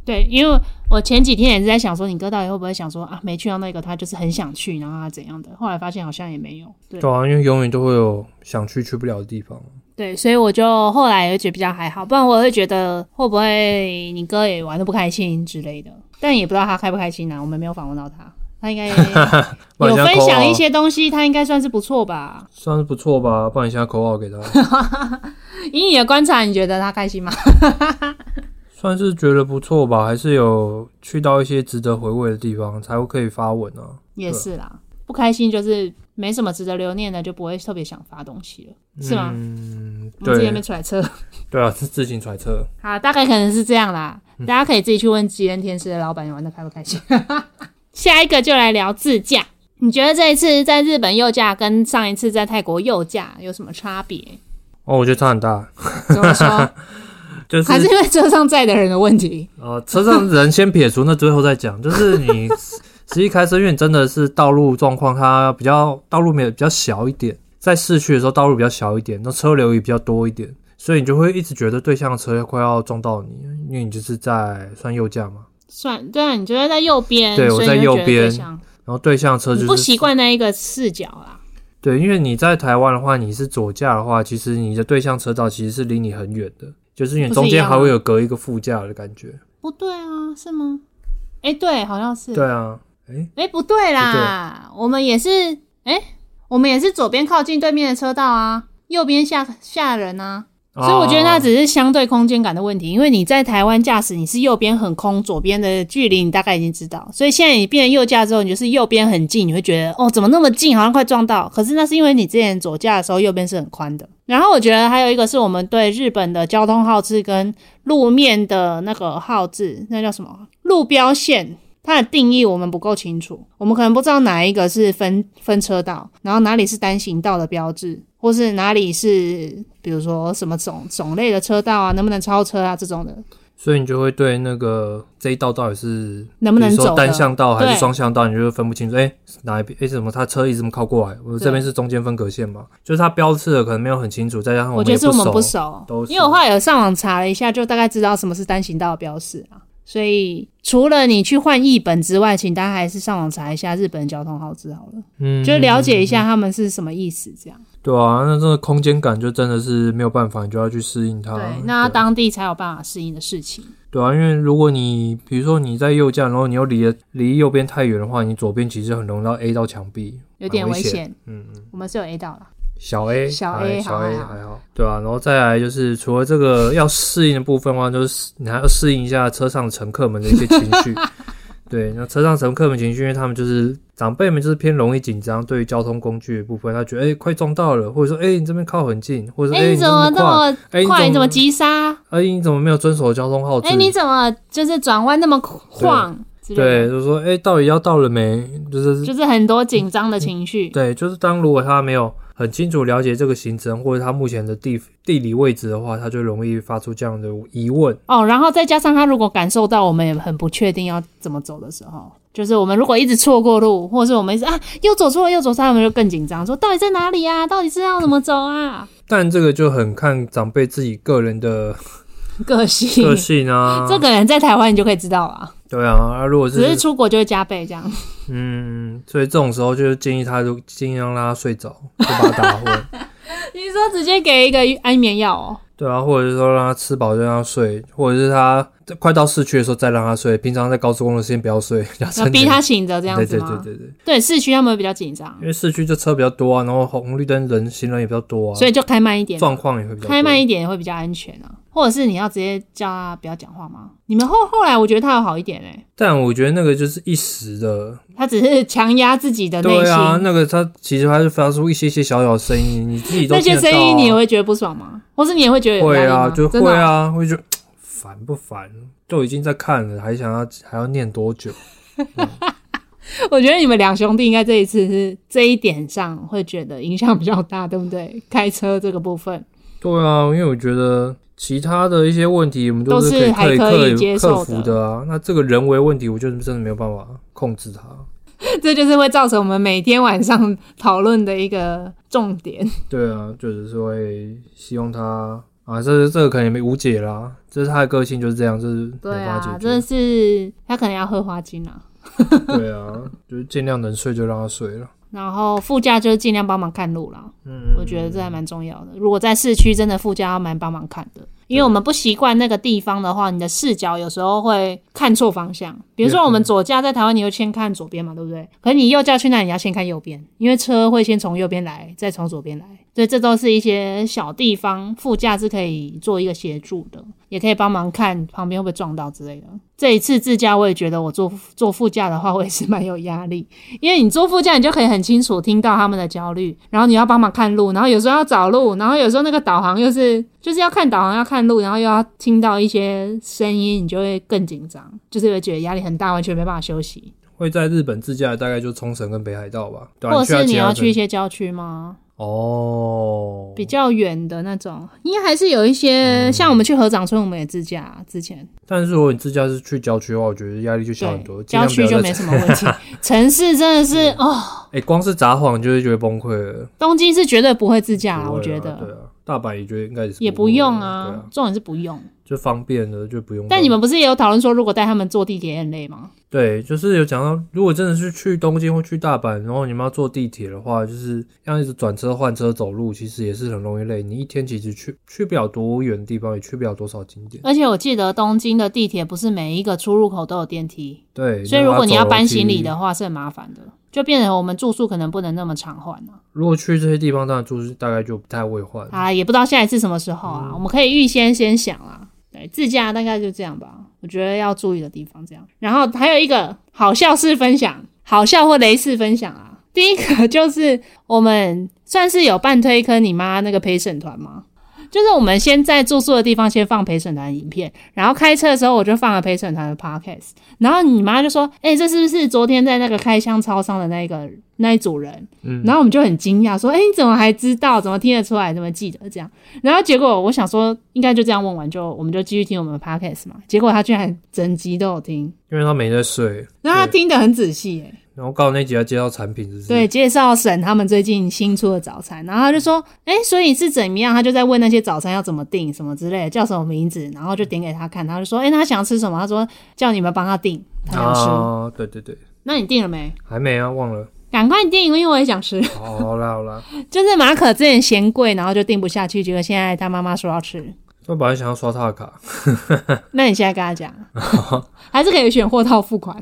A: 对，因为我前几天也是在想说，你哥到底会不会想说啊，没去到那个他就是很想去，然后他怎样的？后来发现好像也没有。对
B: 对啊，因为永远都会有想去去不了的地方。
A: 对，所以我就后来也觉得比较还好，不然我会觉得会不会你哥也玩的不开心之类的，但也不知道他开不开心啊，我们没有访问到他，他 应该有
B: 不然你现在
A: 分享
B: call
A: 一些东西，他应该算是不错吧
B: 啊，？算是不错吧，不然你现在口号 给他，
A: 以你的观察，你觉得他开 心吗？
B: 算是觉得不错吧，还是有去到一些值得回味的地方才会可以发文啊。
A: 也是啦，不开心就是没什么值得留念的，就不会特别想发东西了，是吗？
B: 嗯，
A: 我们自己也没
B: 对，
A: 揣测。
B: 对啊，是自行揣测。
A: 好，大概可能是这样啦。
B: 嗯
A: 大家可以自己去问吉恩天师的老板玩的开不开心。 下一个就来聊自驾。你觉得这一次在日本右驾跟上一次在泰国右驾有什么差 别？
B: 哦，我觉得差很大，
A: 怎么说？
B: 就是
A: 还是因为车上载的人的问题？
B: 呃，车上人先撇除，那最后再讲。就是你实际开车，因为你真的是道路状况，它比较道路没有比较小一点，在市区的时候道路比较小一点，那车流也比较多一点，所以你就会一直觉得对向车快要撞到你，因为你就是在算右驾嘛，
A: 算对啊，你觉得在右边，
B: 对
A: 所以
B: 我在
A: 你会
B: 右
A: 觉得
B: 边
A: 对向
B: 然后对向车
A: 你
B: 就
A: 不
B: 是
A: 习惯那一个视角啦。
B: 对，因为你在台湾的话，你是左驾的话，其实你的对向车道其实是离你很远的，就是
A: 不
B: 你
A: 是
B: 中
A: 一
B: 间
A: 样
B: 还
A: 吗
B: 会有隔一个副驾的感觉。
A: 不对啊，是吗？哎、对，好像是。
B: 对啊，诶、
A: 哎、不对啦，我们也是，哎、我们也是左边靠近对面的车道啊，右边下下人啊。所以我觉得那
B: 哦
A: 只是相对空间感的问题，因为你在台湾驾驶，你是右边很空，左边的距离你大概已经知道，所以现在你变成右驾之后，你就是右边很近，你会觉得哦怎么那么近，好像快撞到。可是那是因为你之前左驾的时候右边是很宽的。然后我觉得还有一个是我们对日本的交通号志跟路面的那个号志，那叫什么？路标线它的定义我们不够清楚，我们可能不知道哪一个是分分车道，然后哪里是单行道的标志，或是哪里是比如说什么种种类的车道啊，能不能超车啊这种的，
B: 所以你就会对那个这一道到底是
A: 能不能
B: 比如说
A: 走的
B: 单向道还
A: 对
B: 是双向道，你就会分不清楚。哎、哪一边？哎、怎么他车一直这么靠过来？我这边是中间分隔线嘛，就是它标示的可能没有很清楚，再加上
A: 我
B: 们
A: 觉
B: 也
A: 得是我们
B: 不
A: 不
B: 熟。
A: 熟
B: 都，是
A: 因为我后来有上网查了一下，就大概知道什么是单行道的标示啊。所以除了你去换译本之外，请大家还是上网查一下日本交通号志好了，
B: 嗯，
A: 就了解一下他们是什么意思。这样
B: 对啊，那这个空间感就真的是没有办法，你就要去适应它。
A: 对，那当地才有办法适应的事情。
B: 对啊，因为如果你比如说你在右驾，然后你又离得离右边太远的话，你左边其实很容易到 A 到墙壁，
A: 有点
B: 蛮
A: 危
B: 危
A: 险。
B: 嗯嗯，
A: 我们是有 A 到了，
B: 小 A，
A: 小
B: 还
A: A
B: 小
A: 还
B: A
A: 好
B: 还好，对啊，然后再来就是除了这个要适应的部分的话，就是你还要适应一下车上乘客们的一些情 绪。对，那车上乘客们情绪，因为他们就是长辈们，就是偏容易紧张，对于交通工具的部分，他觉得哎、快撞到了，或者说哎、你这边靠很近，或者说
A: 哎、
B: 哎、
A: 你
B: 你
A: 怎么
B: 这
A: 那
B: 么
A: 么
B: 快，哎、
A: 快？你怎么
B: 么
A: 急刹？
B: 哎、你怎么没有遵守交通号志？
A: 哎、你怎么就是转弯那么晃？之类
B: 对，
A: 的，
B: 就是说哎、到底要到了没？就是
A: 就是很多紧张的情绪。
B: 对，就是当如果他没有很清楚了解这个行程或者他目前的地地理位置的话，他就容易发出这样的疑问。
A: 哦，然后再加上他如果感受到我们也很不确定要怎么走的时候，就是我们如果一直错过路，或者是我们一直啊又走错了又走错了，他们就更紧张，说到底在哪里啊？到底是要怎么走啊？
B: 但这个就很看长辈自己个人的
A: 个性，
B: 个性啊，
A: 这个人在台湾你就可以知道了，
B: 对啊，啊如果
A: 只是
B: 是
A: 出国就会加倍这 样。
B: 嗯，所以这种时候就是建议他就尽量让他睡着，不把他打昏，
A: 你说直接给一个安眠药哦？
B: 对啊，或者是说让他吃饱就让他睡，或者是他快到市区的时候再让他睡，平常在高速公路先不要睡，要
A: 要逼他醒着这样
B: 对
A: 子
B: 对
A: 吗？
B: 对对对，
A: 对市区他们会比较紧张
B: 因，为市区就车比较多啊，然后红绿灯人行人也比较多啊，
A: 所以就开慢一点，
B: 状况也会比较
A: 开慢
B: 一
A: 一点会比较安全啊。或者是你要直接叫他不要讲话吗？你们后后来我觉得他有好一点哎、
B: 但我觉得那个就是一时的，
A: 他只是强压自己的内
B: 对
A: 心。
B: 啊，那个他其实还是发出一些些小小的声音，你自己都
A: 那
B: 听
A: 些
B: 得
A: 声
B: 到、啊。
A: 音你也会觉得不爽吗？或是你也会觉得有
B: 会
A: 压力吗
B: 啊，就
A: 真
B: 会
A: 的哦、
B: 啊，会觉得烦不烦？都已经在看了，还想要还要念多久？
A: 我觉得你们两兄弟应该这一次是这一点上会觉得影响比较大，对不对？ 开车这个部分，
B: 对啊，因为我觉得其他的一些问题我们
A: 都
B: 是
A: 是
B: 可以
A: 还
B: 克
A: 可以
B: 克
A: 接受
B: 克
A: 的
B: 服的啊。那这个人为问题，我就是真的没有办法控制它。
A: 这就是会造成我们每天晚上讨论的一个重点。
B: 对啊，就只是会希望他啊，这这个可能也没无解啦，这是他的个性就是这样，这是
A: 对
B: 没办法
A: 啊，
B: 解
A: 真的
B: 决。
A: 是他可能要喝花精啊。
B: 对啊，就是尽量能睡就让他睡了。
A: 然后副驾就是尽量帮忙看路啦，
B: 嗯，
A: 我觉得这还蛮重要的。如果在市区，真的副驾要蛮帮忙看的，因为我们不习惯那个地方的话，你的视角有时候会看错方向。比如说我们左驾在台湾，你就先看左边嘛，对不对？可是你右驾去那，你要先看右边，因为车会先从右边来，再从左边来。所以这都是一些小地方，副驾是可以做一个协助的，也可以帮忙看旁边会不会撞到之类的。这一次自驾，我也觉得我坐坐副驾的话，我也是蛮有压力，因为你坐副驾，你就可以很清楚听到他们的焦虑，然后你要帮忙看路，然后有时候要找路，然后有时候那个导航又是就是要看导航要看路，然后又要听到一些声音，你就会更紧张，就是会觉得压力很大，完全没办法休息。
B: 会在日本自驾的大概就冲绳跟北海道吧，对啊
A: 或者是你
B: 其他
A: 要
B: 城
A: 去一些郊区吗？
B: 哦，
A: 比较远的那种，应该还是有一
B: 嗯
A: 些，像我们去合掌村，我们也自驾之前，
B: 但是如果你自驾是去郊区的话，我觉得压力就小很多
A: 对，。郊
B: 尽量不
A: 区
B: 要
A: 就
B: 再
A: 没什么 问题，城市真的是哦，
B: 哎、光是札幌就会觉得崩溃了。
A: 东京是绝对不会自驾啦，
B: 不会
A: 我
B: 啊
A: 觉
B: 对
A: 得
B: 啊，大阪也觉得应该是
A: 也
B: 不
A: 不
B: 会
A: 用
B: 对
A: 啊
B: 啊，，
A: 重点是不用。
B: 就方便了就不用到。
A: 但你们不是也有讨论说，如果带他们坐地铁也很累吗？
B: 对，就是有讲到，如果真的是去东京或去大阪，然后你们要坐地铁的话，就是要一直转车、换车、走路，其实也是很容易累。你一天其实去去不了多远的地方，也去不了多少景点。
A: 而且我记得东京的地铁不是每一个出入口都有电梯，
B: 对，
A: 所以如果你
B: 要
A: 要
B: 走楼
A: 搬
B: 梯
A: 行李的，话是很麻烦的，就变成我们住宿可能不能那么常换啊了、
B: 如果去这些地方，当然住宿大概就不太会换。
A: 啊。也不知道下一次什么时候啊，我们可以预先先想啊。对，自驾大概就这样吧，我觉得要注意的地方这样。然后还有一个好笑式分享，好笑或雷式分享啊。第一个就是我们算是有半推坑你妈那个陪审团吗？就是我们先在住宿的地方先放陪审团的影片，然后开车的时候我就放了陪审团的 podcast，然后你妈就说：“哎、这是不是昨天在那个开箱超商的那个那一组人？”
B: 嗯
A: 然后我们就很惊讶说：“哎、你怎么还知道？怎么听得出来？怎么记得？”这样，然后结果我想说，应该就这样问完就我们就继续听我们的 podcast 嘛，结果他居然整集都有听，
B: 因为他没在睡。
A: 然后他
B: 对
A: 听得很仔细、哎。
B: 然后刚好那集要介绍产品，是不是？啊
A: 对，，介绍沈他们最近新出的早餐，然后他就说，哎、所以是怎么样？他就在问那些早餐要怎么订，什么之类的，叫什么名字，然后就点给他看，他就说，哎、那他想吃什么？他说叫你们帮他订，他想吃。
B: 啊，对对对，
A: 那你订了没？
B: 还没啊，忘了。
A: 赶快订，因为我也想 吃。
B: 好好啦好啦，
A: 就是马可之前嫌贵，然后就订不下去，结果现在他妈妈说要吃，
B: 我本来想要刷他的卡，
A: 那你现在跟他讲，啊 还是可以选货到付款。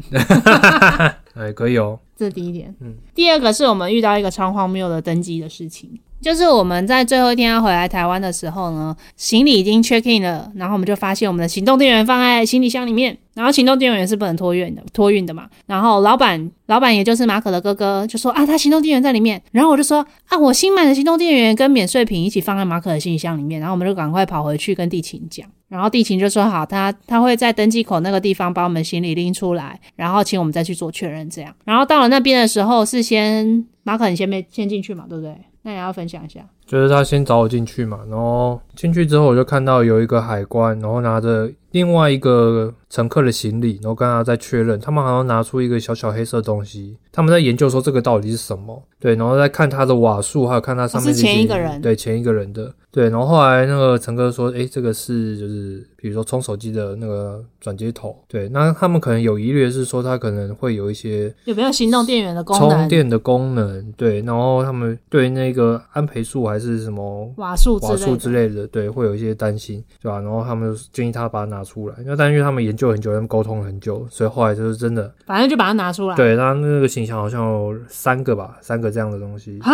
B: 哎，可以哦。
A: 这是第一点。
B: 嗯，
A: 第二个是我们遇到一个超荒谬的登机的事情，就是我们在最后一天要回来台湾的时候呢，行李已经 check in 了，然后我们就发现我们的行动电源放在行李箱里面，然后行动电源是不能托运的，托运的嘛。然后老板，老板也就是马可的哥哥就说啊，他行动电源在里面，然后我就说啊，我新买的行动电源跟免税品一起放在马可的行李箱里面，然后我们就赶快跑回去跟地勤讲。然后地勤就说好，他他会在登机口那个地方把我们行李拎出来，然后请我们再去做确认这样。然后到了那边的时候，是先马可你先被先进去嘛，对不对？那也要分享一下。
B: 就是他先找我进去嘛，然后进去之后我就看到有一个海关，然后拿着另外一个乘客的行李，然后跟他在确认，他们好像拿出一个小小黑色的东西，他们在研究说这个到底是什么，对，然后再看他的瓦数，还有看他上面
A: 哦是前
B: 那些
A: 一个人
B: 对前一个人的，对，然后后来那个乘客说，诶，这个是就是比如说充手机的那个转接头，对，那他们可能有疑虑的是说他可能会有一些
A: 有没有行动电源的功
B: 充
A: 能？
B: 电的功能，对，然后他们对那个安培数还是什么
A: 瓦数之
B: 瓦
A: 类
B: 数
A: 的。
B: 之类的，对，会有一些担心，对吧、然后他们就建议他把它拿出来，那但因为他们研究很久，他们沟通很久，所以后来就是真的，
A: 反正就把它拿出来。
B: 对，他那个形象好像有三个吧，三个这样的东西，
A: 哈，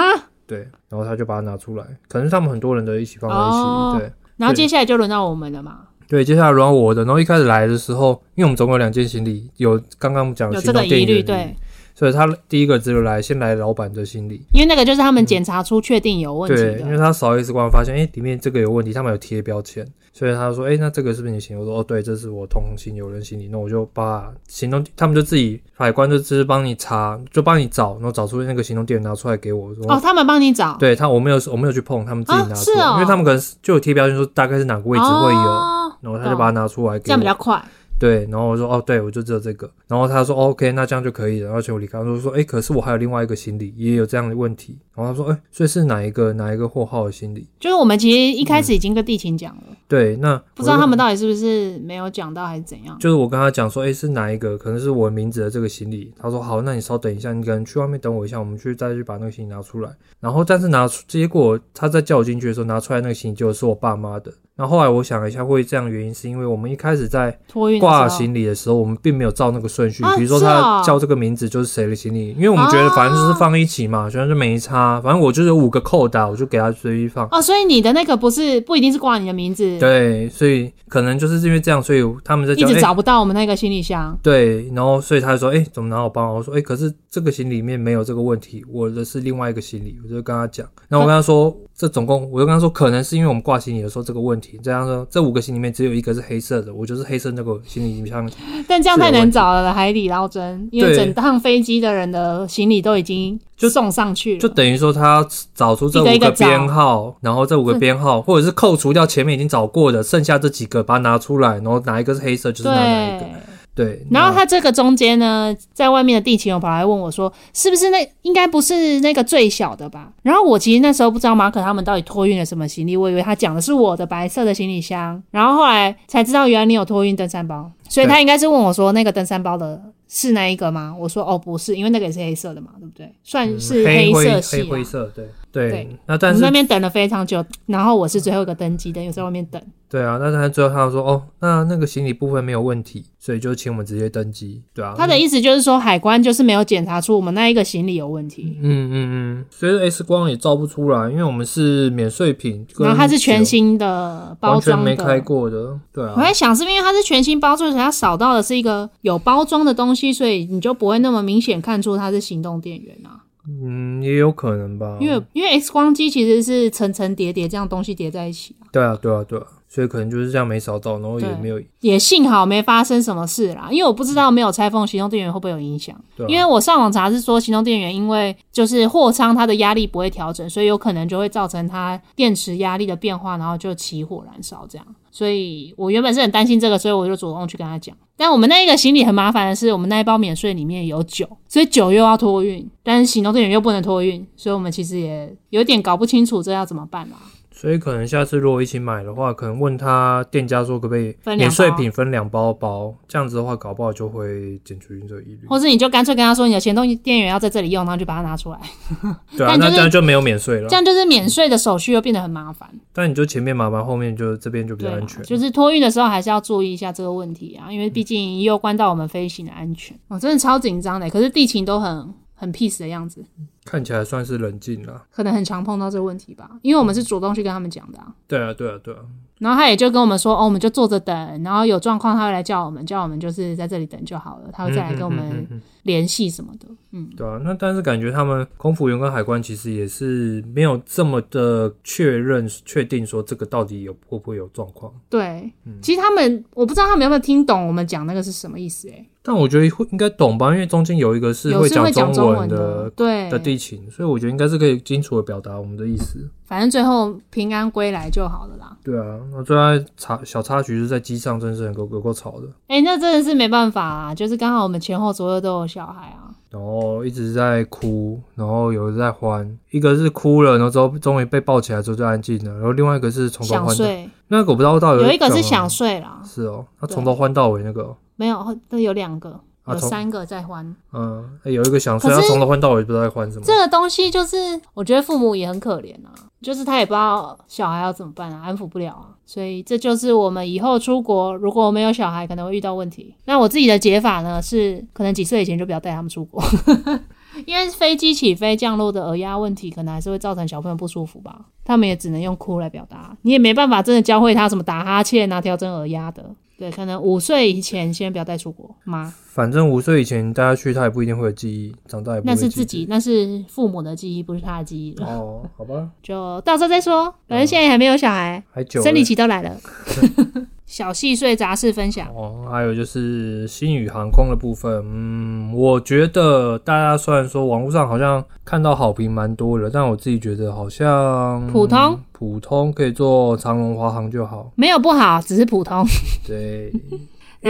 B: 对，然后他就把它拿出来，可能是他们很多人的一起放在一起，
A: 哦
B: 对。
A: 然后接下来就轮到我们了嘛，
B: 对，接下来轮到我的。然后一开始来的时候，因为我们总有两件行李，有刚刚我们讲
A: 有
B: 的
A: 这
B: 行
A: 个
B: 动电
A: 疑
B: 源
A: 虑，
B: 的行李
A: 对，，
B: 所以他第一个只有来先来老板的行李，
A: 因为那个就是他们检查出确定有问题
B: 嗯对，因
A: 的，
B: 为他扫 X 光发现，哎、里面这个有问题，他们有贴标签，所以他说，哎、那这个是不是你行李？我说，哦，对，这是我同行有人行李，那我就把行动，他们就自己海关就只是帮你查，就帮你找，然后找出那个行动电源拿出来给我，说，
A: 哦，他们帮你找，
B: 对他，我没有，我没有去碰，他们自己
A: 啊
B: 拿
A: 是
B: 出来，
A: 哦
B: 因为他们可能是就有贴标签说大概是哪个位置会有，
A: 哦
B: 然后他就把它拿出来
A: 这
B: 给
A: 样比
B: 我
A: 较，快。
B: 对，然后我说，哦，对，我就只有这个，然后他说、哦 OK，那这样就可以了，然后请我离开，我就说，哎、可是我还有另外一个行李也有这样的问题，然后他说，哎、所以是哪一个哪一个货号的行李？
A: 就是我们其实一开始已经跟地勤讲了，
B: 对，那
A: 不知道
B: 我就
A: 他们到底是不是没有讲到还是怎样。
B: 就是我跟他讲说，哎、是哪一个？可能是我名字的这个行李。他说好，那你稍等一下，你可能去外面等我一下，我们去再去把那个行李拿出来。然后，但是拿出，结果他在叫我进去的时候，拿出来那个行李就是我爸妈的。然后后来我想了一下，会这样的原因是因为我们一开始在
A: 托运的时候
B: 挂行李的时候，我们并没有照那个顺序
A: 啊，
B: 比如说
A: 是哦
B: 他叫这个名字就是谁的行李，因为我们觉得反正就是放一起嘛，虽然就没
A: 啊
B: 差，反正我就是有五个扣打，我就给他随意放。
A: 哦，所以你的那个不是不一定是挂你的名字，
B: 对，所以可能就是因为这样，所以他们在
A: 一
B: 叫
A: 直
B: 诶
A: 找不到我们那个行李箱。
B: 对，然后所以他就说，哎、怎么拿我包包？我说，哎、可是这个行李里面没有这个问题，我的是另外一个行李。我就跟他讲，然后我跟他说，这总共，我就跟他说，可能是因为我们挂行李的时候这个问题。这样说，这五个行李里面只有一个是黑色的，我就是黑色那个行李箱。
A: 但这样太难找了，海底捞针，因为整趟飞机的人的行李都已经
B: 就
A: 送上去了，
B: 就等于说他找出这
A: 一个一
B: 五
A: 个
B: 个
A: 找
B: 编号，然后这五个编号，或者是扣除掉前面已经找过的，剩下这几个把它拿出来，然后哪一个是黑色就是拿哪一个。
A: 对。
B: 对，
A: 然后
B: 那
A: 他这个中间呢，在外面的地勤有跑来问我说，是不是那应该不是那个最小的吧？然后我其实那时候不知道马可他们到底托运了什么行李，我以为他讲的是我的白色的行李箱，然后后来才知道原来你有托运登山包，所以他应该是问我说那个登山包的是那一个吗？我说哦不是，因为那个也是黑色的嘛，对不对？算是
B: 嗯
A: 色
B: 黑灰
A: 系、啊
B: 黑灰色，对对。
A: 对
B: 那
A: 我
B: 但
A: 们
B: 是
A: 那边等了非常久，然后我是最后一个登机的，又在外面等。
B: 对啊，那他最后他说哦，那那个行李部分没有问题，所以就请我们直接登机，对啊。
A: 他的意思就是说，海关就是没有检查出我们那一个行李有问题，
B: 嗯嗯嗯，随着 X 光也照不出来，因为我们是免税品，
A: 然后它是全
B: 新
A: 新的包
B: 啊完全
A: 装
B: 没开
A: 的。
B: 过的，对
A: 我
B: 啊。
A: 在想，是不是因为它是全新包装，所以它扫到的是一个有包装的东西，所以你就不会那么明显看出它是行动电源啊？
B: 哦嗯，也有可能吧，
A: 因为因为 X 光机其实是层层叠叠这样东西叠在一起啊。
B: 对啊，对啊，对啊，所以可能就是这样没扫到，然后也
A: 对
B: 没有
A: 也幸好没发生什么事啦，因为我不知道没有拆封行动电源会不会有影响。
B: 对啊
A: 因为我上网查是说，行动电源因为就是货仓它的压力不会调整，所以有可能就会造成它电池压力的变化，然后就起火燃烧这样。所以我原本是很担心这个，所以我就主动去跟他讲。但我们那一个行李很麻烦的是，我们那一包免税里面有酒，所以酒又要托运，但是行动电源又不能托运，所以我们其实也有点搞不清楚这要怎么办啦。
B: 所以可能下次如果一起买的话，可能问他店家说可不可以
A: 分两
B: 免
A: 包
B: 税品分两包包，这样子的话搞不好就会减除这个疑虑。
A: 或是你就干脆跟他说你的行动电源要在这里用，然后就把它拿出来。
B: 对啊，
A: 但就
B: 那
A: 是
B: 这样就没有免税了
A: 这。样就是免税的手续又变得很麻烦，
B: 但你就前面麻烦，后面就这边就比
A: 对
B: 较
A: 啦
B: 安全。嗯
A: 就是托运的时候还是要注意一下这个问题啊，因为毕竟攸关到我们飞行的安全。我、真的超紧张的，可是地勤都很很 peace 的样子，
B: 看起来算是冷静了。
A: 可能很常碰到这个问题吧，因为我
B: 嗯
A: 们是主动去跟他们讲的、啊。
B: 对啊，对啊，对啊，
A: 然后他也就跟我们说，哦，我们就坐着等，然后有状况他会来叫我们，叫我们就是在这里等就好了，他会
B: 嗯
A: 再来跟我们联系什么的。
B: 对啊。那但是感觉他们空服员跟海关其实也是没有这么的确认、确定说这个到底有会不会有状况。
A: 对，
B: 嗯
A: 其实他们我不知道他们有没有听懂我们讲那个是什么意思、欸，
B: 但我觉得会应该懂吧，因为中间有一个是
A: 有
B: 会
A: 是会讲
B: 讲
A: 中
B: 中
A: 文
B: 文的
A: 对
B: 的地勤，所以我觉得应该是可以清楚的表达我们的意思。
A: 反正最后平安归来就好了啦。
B: 对啊，那最爱插小插曲是在机上，真是很够有够吵的，
A: 哎、那真的是没办法啊，就是刚好我们前后左右都有小孩啊。
B: 然后一直在哭，然后有人在欢，一个是哭了，然后之后终于被抱起来之后就安静了，然后另外一个呃是从头
A: 想
B: 欢到，
A: 睡，
B: 那个我不知道到底
A: 有一个
B: 讲
A: 是
B: 吗
A: 想睡啦，
B: 是哦，他
A: 对
B: 从头欢到尾那个哦，
A: 没有，那有两个，有
B: 啊从
A: 三个在欢。
B: 嗯，诶有一个想睡，
A: 可
B: 他
A: 是
B: 从头欢到尾不知道在欢什么，
A: 这个东西就是，我觉得父母也很可怜啊，就是他也不知道小孩要怎么办啊，安抚不了啊。所以这就是我们以后出国，如果我们有小孩，可能会遇到问题。那我自己的解法呢是，可能几岁以前就不要带他们出国， 因为飞机起飞降落的耳压问题，可能还是会造成小朋友不舒服吧。他们也只能用哭来表达，你也没办法真的教会他什么打哈欠啊、调整耳压的。对，可能五岁以前先不要带出国妈，
B: 反正五岁以前带他去，他也不一定会有记忆，长大也不会
A: 那
B: 记
A: 是
B: 得
A: 自己，那是父母的记忆，不是他的记忆了。
B: 哦，好吧，
A: 就到时候再说。
B: 嗯
A: 反正现在还没有小孩，
B: 还久了
A: 生理期都来 了。小细碎杂事分享，
B: 哦，还有就是星宇航空的部分，嗯，我觉得大家虽然说网络上好像看到好评蛮多的，但我自己觉得好像
A: 普通
B: 普通可以做长龙华航就好。
A: 没有不好，只是普通。
B: 对，因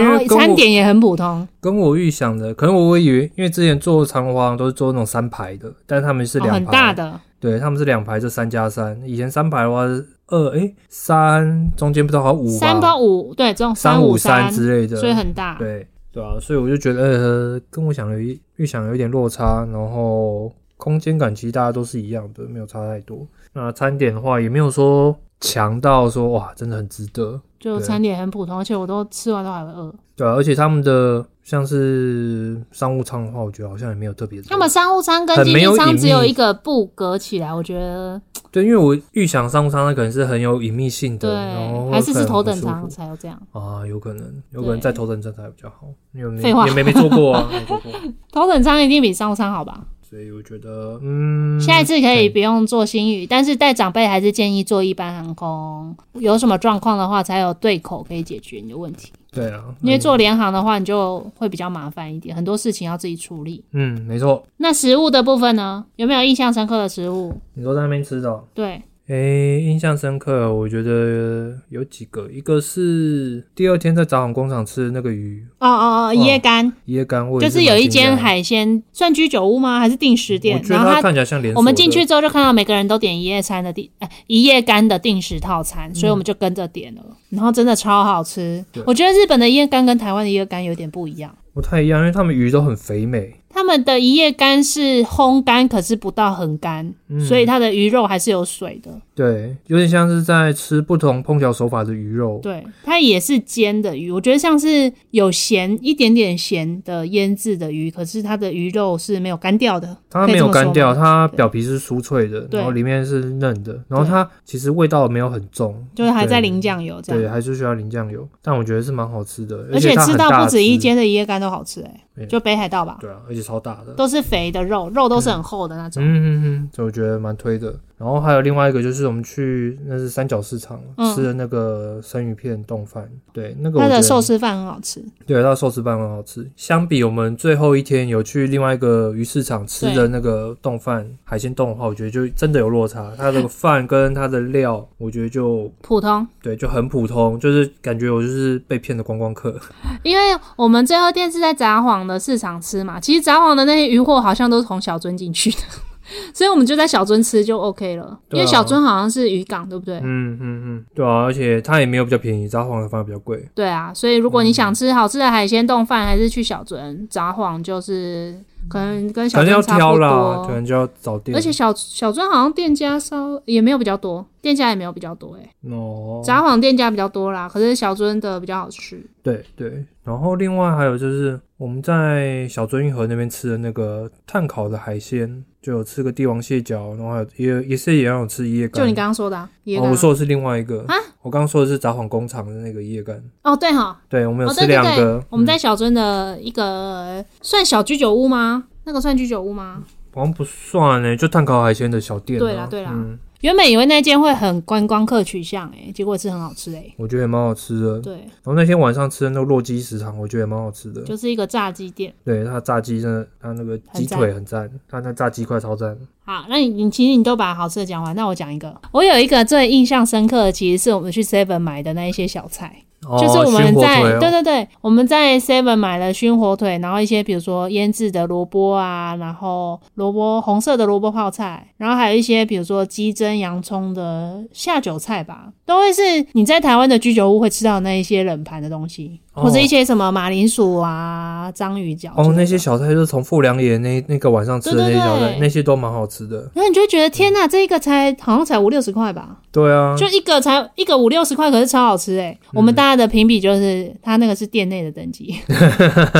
A: 然后
B: 为跟
A: 餐
B: 我
A: 点也很普通，
B: 跟我预想的，可能我以为，因为之前做长龙华航都是做那种三排的，但他们是
A: 哦、
B: 两排、
A: 很大的。
B: 对，他们是两排，这三加三。以前三排的话是二，诶，三中间不知道好像五吧，
A: 三包五，对，这种
B: 三
A: 五
B: 三之类的，
A: 所以很大。
B: 对对啊，所以我就觉得呃，跟我想的一预想有一点落差，然后空间感其实大家都是一样的，没有差太多。那餐点的话，也没有说强到说哇，真的很值得。
A: 就餐点很普通，而且我都吃完都还会饿。
B: 对啊，而且他们的像是商务舱的话，我觉得好像也没有特别多。
A: 那么商务舱跟
B: 很
A: 经
B: 没有
A: 济舱
B: 隐
A: 只有
B: 秘
A: 一个布隔起来，我觉得
B: 对，因为我预想商务舱它可能是很有隐秘性的，
A: 对
B: 然后，会
A: 还是是
B: 很
A: 头等
B: 舒
A: 舱
B: 服
A: 才有这样。
B: 啊，有可能，有
A: 对
B: 可能在头等舱才比较好，因为没
A: 废话
B: 也没没坐过啊，没坐过，
A: 头等舱一定比商务舱好吧？
B: 所以我觉得嗯，
A: 下一次可以不用做新语，但是带长辈还是建议做一般航空。有什么状况的话，才有对口可以解决你的问题。
B: 对啊，
A: 因为做联航的话，你就会比较麻烦一点，很多事情要自己处理。
B: 嗯，没错，
A: 那食物的部分呢？有没有印象深刻的食物？
B: 你说在那边吃的哦、
A: 对，
B: 诶、印象深刻，我觉得有几个，一个是第二天在杂航工厂吃的那个鱼
A: 哦哦哦，椰干，
B: 椰干味，我也
A: 就是有一间
B: 蛮惊讶的，
A: 海鲜算居酒屋吗？还是定时店
B: 我？觉
A: 然
B: 得
A: 后
B: 它
A: 它
B: 看起来像连锁的
A: 我们进去，之后就看到每个人都点一夜餐的定，呃，一夜干的定时套餐，所以我们就跟着点了，然后真的超好吃
B: 嗯对。
A: 我觉得日本的一夜干跟台湾的一夜干有点不一样，
B: 不太一样，因为他们鱼都很肥美，
A: 他们的一夜干是烘干，可是不到很干，
B: 嗯
A: 所以它的鱼肉还是有水的。
B: 对，有点像是在吃不同烹调手法的鱼肉，
A: 对，它也是煎的鱼，我觉得像是有咸一点点咸的腌制的鱼，可是它的鱼肉是没有干掉的，
B: 它
A: 可以
B: 没
A: 这
B: 有
A: 么
B: 干
A: 说
B: 掉，
A: 吗，
B: 它表皮是酥脆的，
A: 对
B: 然后里面是嫩的，然后它其实味道没有很重，
A: 就是还在
B: 对
A: 淋酱油这
B: 对，
A: 样。
B: 还是需要淋酱油，但我觉得是蛮好吃的，
A: 而
B: 且它
A: 吃
B: 很
A: 到
B: 大
A: 不止一
B: 只，
A: 间的一夜干都好吃、欸，
B: 对
A: 就北海道吧。
B: 对啊，而且超大的，
A: 都是肥的肉，肉都是很厚的那种。
B: 嗯嗯嗯，所以我觉得蛮推的。然后还有另外一个就是我们去那是三角市场、
A: 嗯
B: 吃的那个生鱼片冻饭，对，那个我
A: 它
B: 觉
A: 的
B: 得
A: 寿司饭很好吃，
B: 对，它的寿司饭很好吃。相比我们最后一天有去另外一个鱼市场吃的那个冻饭海鲜冻的话，我觉得就真的有落差。它的饭跟它的料，我觉得就
A: 普通。
B: 对就很普通，就是感觉我就是被骗的观光客。
A: 因为我们最后一天是在札幌的市场吃嘛，其实札幌的那些鱼货好像都是从小樽进去的， 所以我们就在小樽吃就 OK 了。因
B: 对啊
A: 为小樽好像是渔港，对不对？
B: 嗯嗯嗯，对啊，而且它也没有比较便宜，札幌的反而比较贵。
A: 对啊，所以如
B: 嗯
A: 果你想吃好吃的海鲜冻饭，还是去小樽札幌，就是可能跟小
B: 可能要
A: 樽差
B: 挑
A: 不
B: 啦，可
A: 多。
B: 能就要找店。
A: 而且小小樽好像店家稍也没有比较多，店家也没有比较多诶、
B: 哦，
A: 札幌店家比较多啦，可是小樽的比较好吃。
B: 对对，然后另外还有就是我们在小樽运河那边吃的那个炭烤的海鲜，就有吃个帝王蟹脚，然后还有也也是也有吃椰干。
A: 就你刚刚说的、啊，椰
B: 哦，
A: 干
B: 我
A: 啊
B: 说的是另外一个
A: 啊，
B: 我刚刚说的是札幌工厂的那个椰干。
A: 哦，对哈，
B: 对，我们有
A: 哦
B: 吃
A: 对
B: 两
A: 对
B: 个，
A: 我们
B: 嗯
A: 在小樽的一个算小居酒屋吗？那个算居酒屋吗？
B: 好像不算欸呢，就炭烤海鲜的小店啊。
A: 对啦对啦
B: 嗯，
A: 原本以为那间会很观光客取向诶、结果是很好吃诶、欸
B: 我觉得也蛮好吃的。
A: 对，
B: 然后那天晚上吃的那个洛基食堂，我觉得也蛮好吃的。
A: 就是一个炸鸡店。
B: 对，它炸鸡真的，它那个
A: 很
B: 鸡
A: 赞
B: 腿很赞，它那炸鸡块超赞。
A: 好，那你你其实你都把好吃的讲完，那我讲一个。我有一个最印象深刻的，其实是我们去 Seven 买的那一些小菜，
B: 哦
A: 就是我
B: 熏
A: 们
B: 火
A: 在、
B: 腿哦
A: 对对对，我们在 Seven 买了熏火腿，然后一些比如说腌制的萝卜啊，然后萝卜红色的萝卜泡菜，然后还有一些比如说鸡胗洋葱的下酒菜吧，都会是你在台湾的居酒屋会吃到的那一些冷盘的东西，
B: 哦
A: 或者一些什么马铃薯啊、章鱼脚之类
B: 哦，
A: 的
B: 那些。小菜就是从富良野那那个晚上吃的那些
A: 对对
B: 小菜，
A: 对
B: 那些都蛮好吃的。
A: 然后你就会觉得天呐，这一个才好像才五六十块吧，
B: 对啊，
A: 就一个才一个五六十块，可是超好吃哎、
B: 嗯
A: 我们大家的评比就是，它那个是店内的等 级，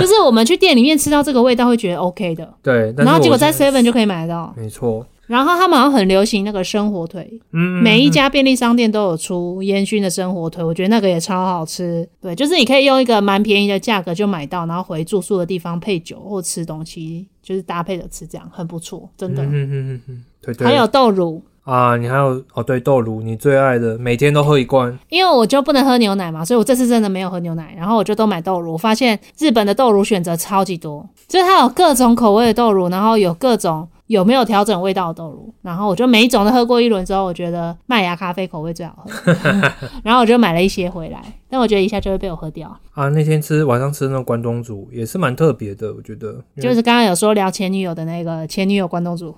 A: 就是我们去店里面吃到这个味道会觉得 OK 的，
B: 对，
A: 然
B: 但是
A: 后
B: 我嗯
A: 结果在
B: 是
A: Seven 就可以买得到。
B: 没错，
A: 然后他们好像很流行那个生火腿，
B: 嗯，
A: 每一家便利商店都有出烟熏的生火腿，我觉得那个也超好吃。对，就是你可以用一个蛮便宜的价格就买到，然后回住宿的地方配酒或吃东西，就是搭配着吃，这样很不错，真的。
B: 嗯嗯嗯嗯嗯，对对，
A: 还有豆乳，
B: 啊，你还有哦，对豆乳，你最爱的，每天都喝一罐，
A: 因为我就不能喝牛奶嘛，所以我这次真的没有喝牛奶，然后我就都买豆乳。我发现日本的豆乳选择超级多，就是它有各种口味的豆乳，然后有各种有没有调整味道的豆乳，然后我就每一种都喝过一轮之后，我觉得麦芽咖啡口味最好喝，然后我就买了一些回来，但我觉得一下就会被我喝掉。
B: 啊，那天吃晚上吃那个关东煮也是蛮特别的，我觉得，因为
A: 就是刚刚有说聊前女友的那个前女友关东煮，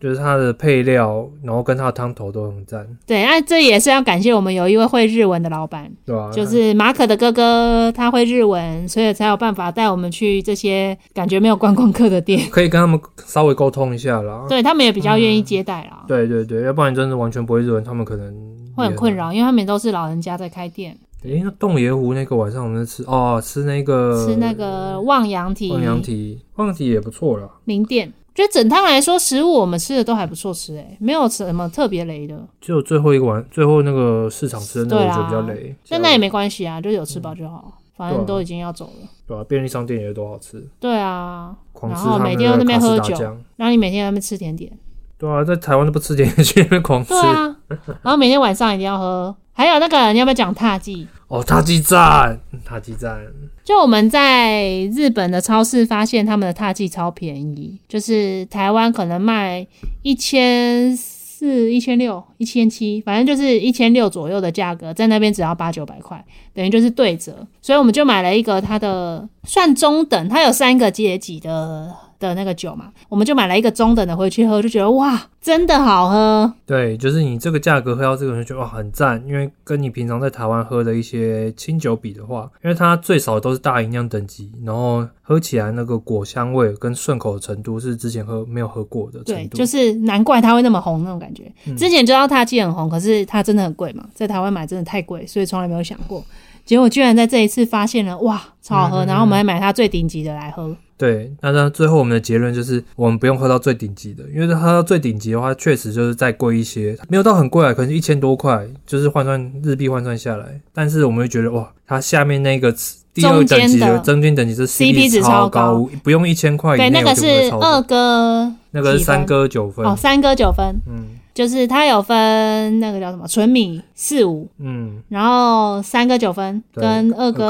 B: 就是它的配料，然后跟它的汤头都很赞，
A: 对，那这也是要感谢我们有一位会日文的老板，
B: 对吧、啊？
A: 就是马可的哥哥，他会日文，所以才有办法带我们去这些感觉没有观光客的店。
B: 啊可以跟他们稍微沟通一下啦。
A: 对他们也比较愿意接待啦，
B: 对对对，要不然真的完全不会日文，他们可能
A: 会很
B: 也
A: 困扰，因为他们都是老人家在开店，
B: 诶，那洞爷湖那个晚上我们吃哦，吃那个
A: 吃那个望洋蹄
B: 望洋蹄，望洋蹄也不错啦。
A: 名店。觉得整趟来说，食物我们吃的都还不错吃、欸，没有什么特别雷的，
B: 就最后一个晚，最后那个市场吃的那个
A: 对
B: 我
A: 啊
B: 觉得比较累，
A: 但那也没关系啊，就有吃饱就好，反
B: 对
A: 正
B: 啊
A: 都已经要走了。
B: 对吧、啊便利商店也都好吃，
A: 对啊，
B: 狂吃
A: 然后
B: 他
A: 每
B: 们
A: 天都在
B: 的
A: 那边
B: 卡
A: 喝
B: 士达
A: 酒
B: 酱。
A: 让你每天在那边吃甜点。
B: 对啊，在台湾都不吃点，去那边狂吃
A: 对啊，然后每天晚上一定要喝。还有那个，你要不要讲踏剂？
B: 哦，塔鸡站，塔鸡站，
A: 就我们在日本的超市发现他们的踏剂超便宜，就是台湾可能卖一千四、一千六、一千七，反正就是一千六左右的价格，在那边只要八九百块，等于就是对折。所以我们就买了一个它的算中等，它有三个阶级的的那个酒嘛，我们就买了一个中等的回去喝，就觉得哇，真的好喝。
B: 对，就是你这个价格喝到这个，就觉得哇很赞，因为跟你平常在台湾喝的一些清酒比的话，因为它最少都是大饮量等级，然后喝起来那个果香味跟顺口的程度是之前喝没有喝过的程
A: 对，
B: 度，嗯
A: 就是难怪它会那么红那种感觉。之前知道它既很红，可是它真的很贵嘛，在台湾买真的太贵，所以从来没有想过。结果居然在这一次发现了，哇，超好
B: 嗯
A: 喝！然后我们还买它最顶级的来
B: 哦
A: 喝，
B: 对，那那最后我们的结论就是，我们不用喝到最顶级的，因为喝到最顶级的话，确实就是再贵一些，没有到很贵啊，可能一千多块，就是换算日币换算下来。但是我们会觉得哇，它下面那个第二等级的中间等级是
A: CP 值
B: 超
A: 超高
B: 不用一千块以
A: 对，
B: 内，
A: 那个
B: 我觉得不会
A: 是
B: 超过
A: 二哥
B: 那个是
A: 几分
B: 三哥九分，
A: 哦，三哥九分，
B: 嗯，
A: 就是它有分那个叫什么纯米四五，
B: 嗯，
A: 然后三哥九分
B: 对
A: 跟二
B: 二
A: 哥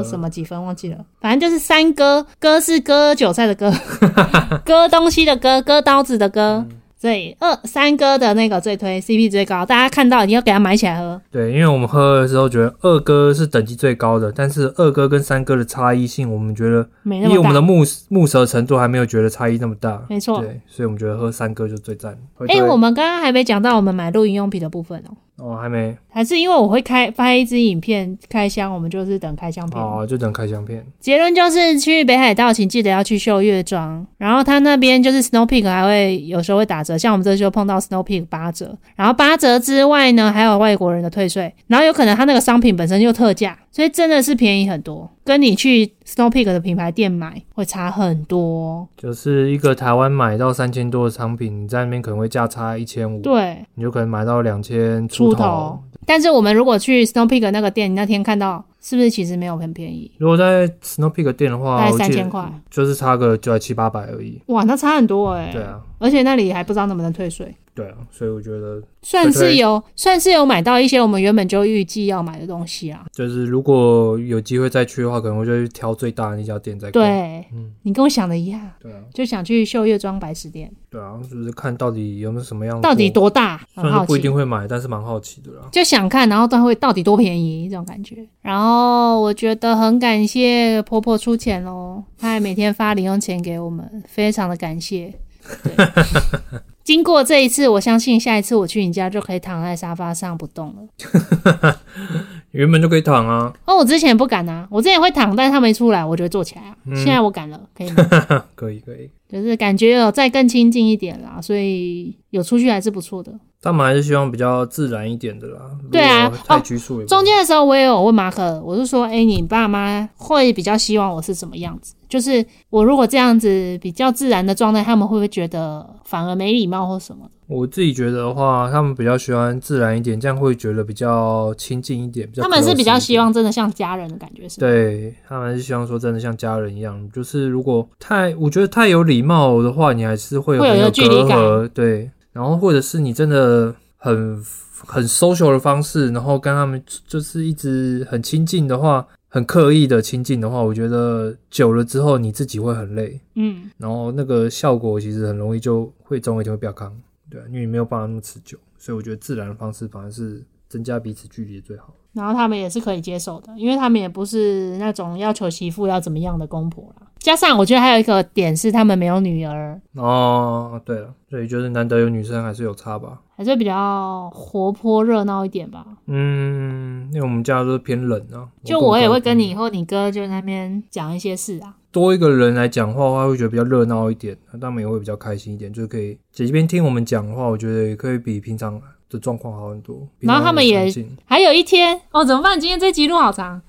B: 哥
A: 什么几分忘记了，反正就是三哥，哥是割韭菜的 割，割东西的割，割刀子的割。
B: 嗯
A: 所以二三哥的那个最推 CP 最高，大家看到一定要给他买起来喝。
B: 对，因为我们喝的时候觉得二哥是等级最高的，但是二哥跟三哥的差异性，我们觉得
A: 没那
B: 以我
A: 么大
B: 们的，木木舌程度还没有觉得差异那么大。
A: 没错。
B: 对，所以我们觉得喝三哥就最赞。
A: 哎、
B: 会对
A: 嗯我们刚刚还没讲到我们买露营用品的部分哦、
B: 哦还没
A: 还是因为我会开拍一支影片开箱，我们就是等开箱片。
B: 哦，就等开箱片。
A: 结论就是去北海道，请记得要去秀月庄，然后它那边就是 Snow Peak 还会有时候会打折，像我们这就碰到 Snow Peak 八折，然后八折之外呢，还有外国人的退税，然后有可能它那个商品本身就特价，所以真的是便宜很多，跟你去 Snow Peak 的品牌店买会差很多。
B: 就是一个台湾买到三千多的商品，你在那边可能会价差一千五，
A: 对，
B: 你就可能买到两千
A: 出
B: 出
A: 头。但是我们如果去 Snow Peak 那个店，你那天看到是不是其实没有很便宜，
B: 如果在 Snow Peak 店的
A: 大
B: 话，
A: 概
B: 我
A: 三
B: 记
A: 千
B: 得
A: 块？
B: 就是差个就在七八百而已。
A: 哇，那差很多哎、
B: 对啊，
A: 而且那里还不知道能不能退税。
B: 对啊，所以我觉得
A: 算是
B: 对
A: 有，算是有买到一些我们原本就预计要买的东西啊。
B: 就是如果有机会再去的话，可能我就去挑最大的那家店再看。
A: 对，
B: 嗯，
A: 你跟我想的一样，
B: 对啊，
A: 就想去秀月庄白石店，
B: 对啊，就是看到底有没有什么样的货，
A: 到底多大，
B: 虽
A: 很
B: 然
A: 好
B: 是不一
A: 奇
B: 定。会买，但是蛮好奇的啦。
A: 就想看，然后它会到底多便宜这种感觉。然后我觉得很感谢婆婆出钱喽，她还每天发零用钱给我们，非常的感谢。 对经过这一次，我相信下一次我去你家就可以躺在沙发上不动了。
B: 原本就可以躺啊，
A: 哦，我之前不敢啊，我之前会躺，但是他没出来，我就会坐起来啊。
B: 嗯
A: 现在我敢了，可以吗？
B: 可以可以，
A: 就是感觉有再更亲近一点啦，所以有出去还是不错的。
B: 但我们还是希望比较自然一点的啦。
A: 对啊
B: 如果太拘束也不
A: 中间的时候我也有问马可，我是说，哎、你爸妈会比较希望我是什么样子？就是我如果这样子比较自然的状态，他们会不会觉得反而没礼貌或什么的？
B: 我自己觉得的话，他们比较喜欢自然一点，这样会觉得比较亲近一点。比较
A: 他们是
B: close
A: 比较
B: 一点
A: 希望真的像家人的感觉是吗？
B: 对他们还是希望说真的像家人一样，就是如果太我觉得太有礼貌的话，你还是会有
A: 会有
B: 很
A: 一个距离
B: 隔阂，对。然后或者是你真的很很 social 的方式，然后跟他们就是一直很亲近的话，很刻意的亲近的话，我觉得久了之后你自己会很累，
A: 嗯，
B: 然后那个效果其实很容易就会总有一天会比较康，对啊，因为你没有办法那么持久，所以我觉得自然的方式反而是增加彼此距离的最好。
A: 然后他们也是可以接受的，因为他们也不是那种要求媳妇要怎么样的公婆啦。加上我觉得还有一个点是，他们没有女儿，
B: 哦，对了，所以就是难得有女生还是有差吧。
A: 还是比较活泼热闹一点吧。
B: 嗯，因为我们家都是偏冷啊，
A: 就
B: 跟
A: 我也
B: 哥
A: 会跟你或你哥就在那边讲一些事啊。
B: 多一个人来讲话的话，会觉得比较热闹一点，那他们也会比较开心一点，就是可以姐这边听我们讲的话，我觉得也可以比平常的状况好很多。平
A: 然后
B: 常
A: 他们
B: 很
A: 也
B: 亲近
A: 还有一天哦，怎么办？今天这集录好长。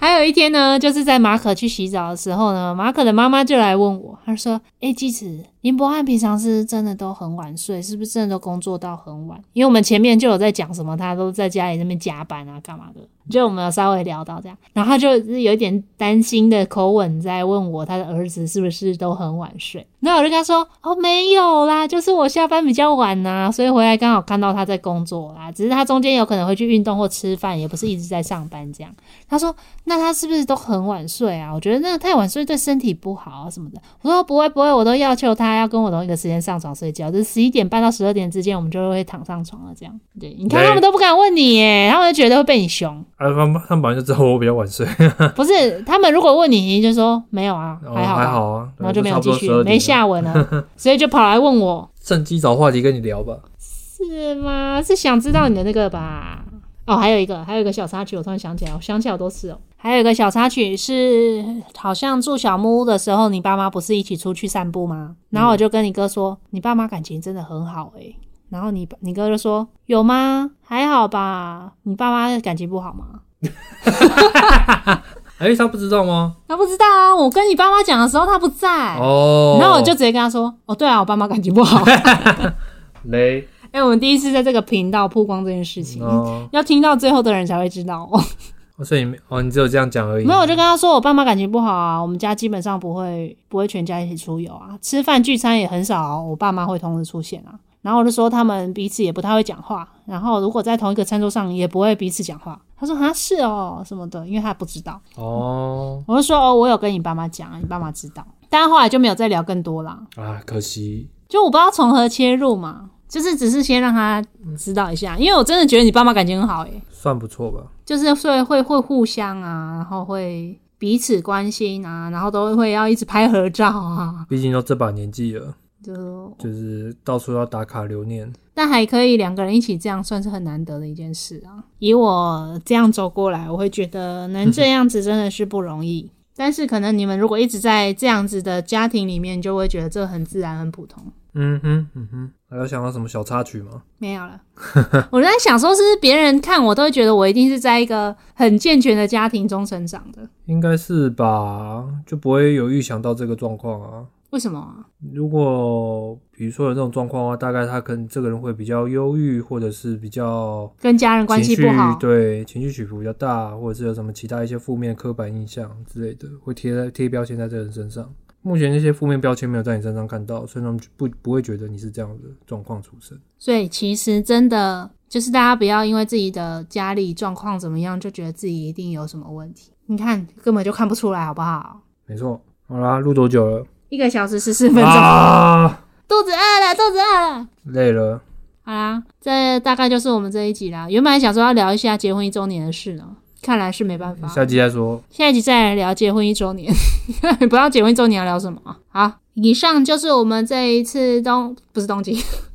A: 还有一天呢，就是在马可去洗澡的时候呢，马可的妈妈就来问我，她说：“哎、季子，林伯汉平常是真的都很晚睡，是不是真的都工作到很晚？因为我们前面就有在讲什么，他都在家里那边加班啊，干嘛的？就我们有稍微聊到这样，然后他就是有一点担心的口吻在问我，他的儿子是不是都很晚睡？那我就跟他说：哦，没有啦，就是我下班比较晚呐、所以回来刚好看到他在工作啦。只是他中间有可能会去运动或吃饭，也不是一直在上班这样。他说：那他是不是都很晚睡啊？我觉得那个太晚睡对身体不好啊什么的。我说：不会不会，我都要求他要跟我同一个时间上床睡觉，就是十一点半到十二点之间，我们就会躺上床了这样。对，你看
B: 对
A: 他们都不敢问你耶，他们就觉得会被你凶。
B: 啊，他们他们本来就知道我比较晚睡，
A: 不是，他们如果问你，你就说没有啊，
B: 然后
A: 还好吧
B: 还，好啊，
A: 然后就没有继续，
B: 了，
A: 没下文 了，所以就跑来问我
B: 趁机找话题跟你聊吧。
A: 是吗？是想知道你的那个吧？哦，还有一个，还有一个小插曲，我突然想起来，我想起来好多次哦。还有一个小插曲是，好像住小木屋的时候，你爸妈不是一起出去散步吗？然后我就跟你哥说，你爸妈感情真的很好诶、然后你你哥就说，有吗？还好吧。你爸妈感情不好吗？
B: 哎，他不知道吗？
A: 他不知道啊，我跟你爸妈讲的时候他不在。
B: 哦，
A: 然后哎我就直接跟他说：“哦，对啊，我爸妈感情不 好。
B: 雷，”
A: 哎、我们第一次在这个频道曝光这件事情，
B: 哦，
A: 要听到最后的人才会知道哦。
B: 所以你没哦，你只有这样讲而已。
A: 没有，我就跟他说：“我爸妈感情不好啊，我们家基本上不会不会全家一起出游啊，吃饭聚餐也很少、我爸妈会同时出现啊。”然然后我就说他们彼此也不太会讲话，然后如果在同一个餐桌上也不会彼此讲话。他说啊是哦什么的，因为他不知道。
B: 哦
A: 我就说哦，我有跟你爸妈讲，你爸妈知道。但后来就没有再聊更多啦，
B: 啊，可惜
A: 就我不知道从何切入嘛，就是只是先让他知道一下，因为我真的觉得你爸妈感情很好诶、欸
B: 算不错吧。
A: 就是会会会互相啊，然后会彼此关心啊，然后都会要一直拍合照啊，
B: 毕竟都这把年纪了，
A: 就
B: 就是到处要打卡留念。
A: 但还可以两个人一起这样，算是很难得的一件事啊。以我这样走过来，我会觉得能这样子真的是不容易。但是可能你们如果一直在这样子的家庭里面，就会觉得这很自然、很普通。
B: 嗯哼，嗯哼，还有想到什么小插曲吗？
A: 没有了， 我在想说，是不是别人看我都会觉得我一定是在一个很健全的家庭中成长的？
B: 应该是吧，就不会有预想到这个状况啊。
A: 为什么啊？
B: 如果比如说有这种状况的话，大概他可能这个人会比较忧郁，或者是比较
A: 跟家人关系
B: 情绪
A: 不好，
B: 对情绪起伏比较大，或者是有什么其他一些负面刻板印象之类的，会贴在贴标签在这个人身上。目前那些负面标签没有在你身上看到，所以他们就不不会觉得你是这样的状况出身。
A: 所以其实真的就是大家不要因为自己的家里状况怎么样，就觉得自己一定有什么问题。你看根本就看不出来，好不好？
B: 没错，好啦，录多久了？
A: 一个小时十四分钟，
B: 啊，
A: 肚子饿了，肚子饿了。
B: 累了。
A: 好啦，这大概就是我们这一集啦。原本还想说要聊一下结婚一周年的事呢，看来是没办法。
B: 下集再说。
A: 下一集再来聊结婚一周年， 不知道结婚一周年要聊什么啊。好，以上就是我们这一次东不是东京，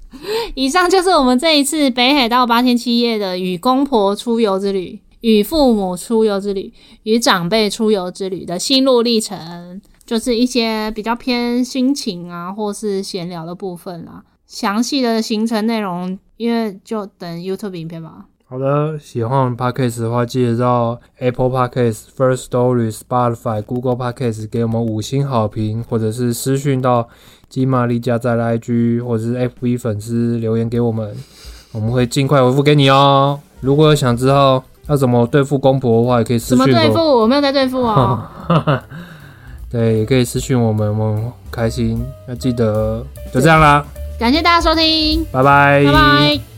A: 以上就是我们这一次北海道八天七夜的与公婆出游之旅、与父母出游之旅、与长辈出游之旅的心路历程，就是一些比较偏心情啊，或是闲聊的部分啦。详细的行程内容，因为就等 YouTube 影片吧。
B: 好的，喜欢我们 podcast 的话，记得到 Apple Podcast、First Story、Spotify、Google Podcast 给我们五星好评，或者是私讯到金玛丽家在的 IG 或者是 FB 粉丝留言给我们，我们会尽快回复给你哦。如果有想知道要怎么对付公婆的话，也可以私
A: 怎么
B: 讯
A: 对付？
B: 我。
A: 我没有在对付哦。
B: 对，也可以私讯我们，我们开心。那记得就这样啦，
A: 感谢大家收听，
B: 拜拜，
A: 拜拜。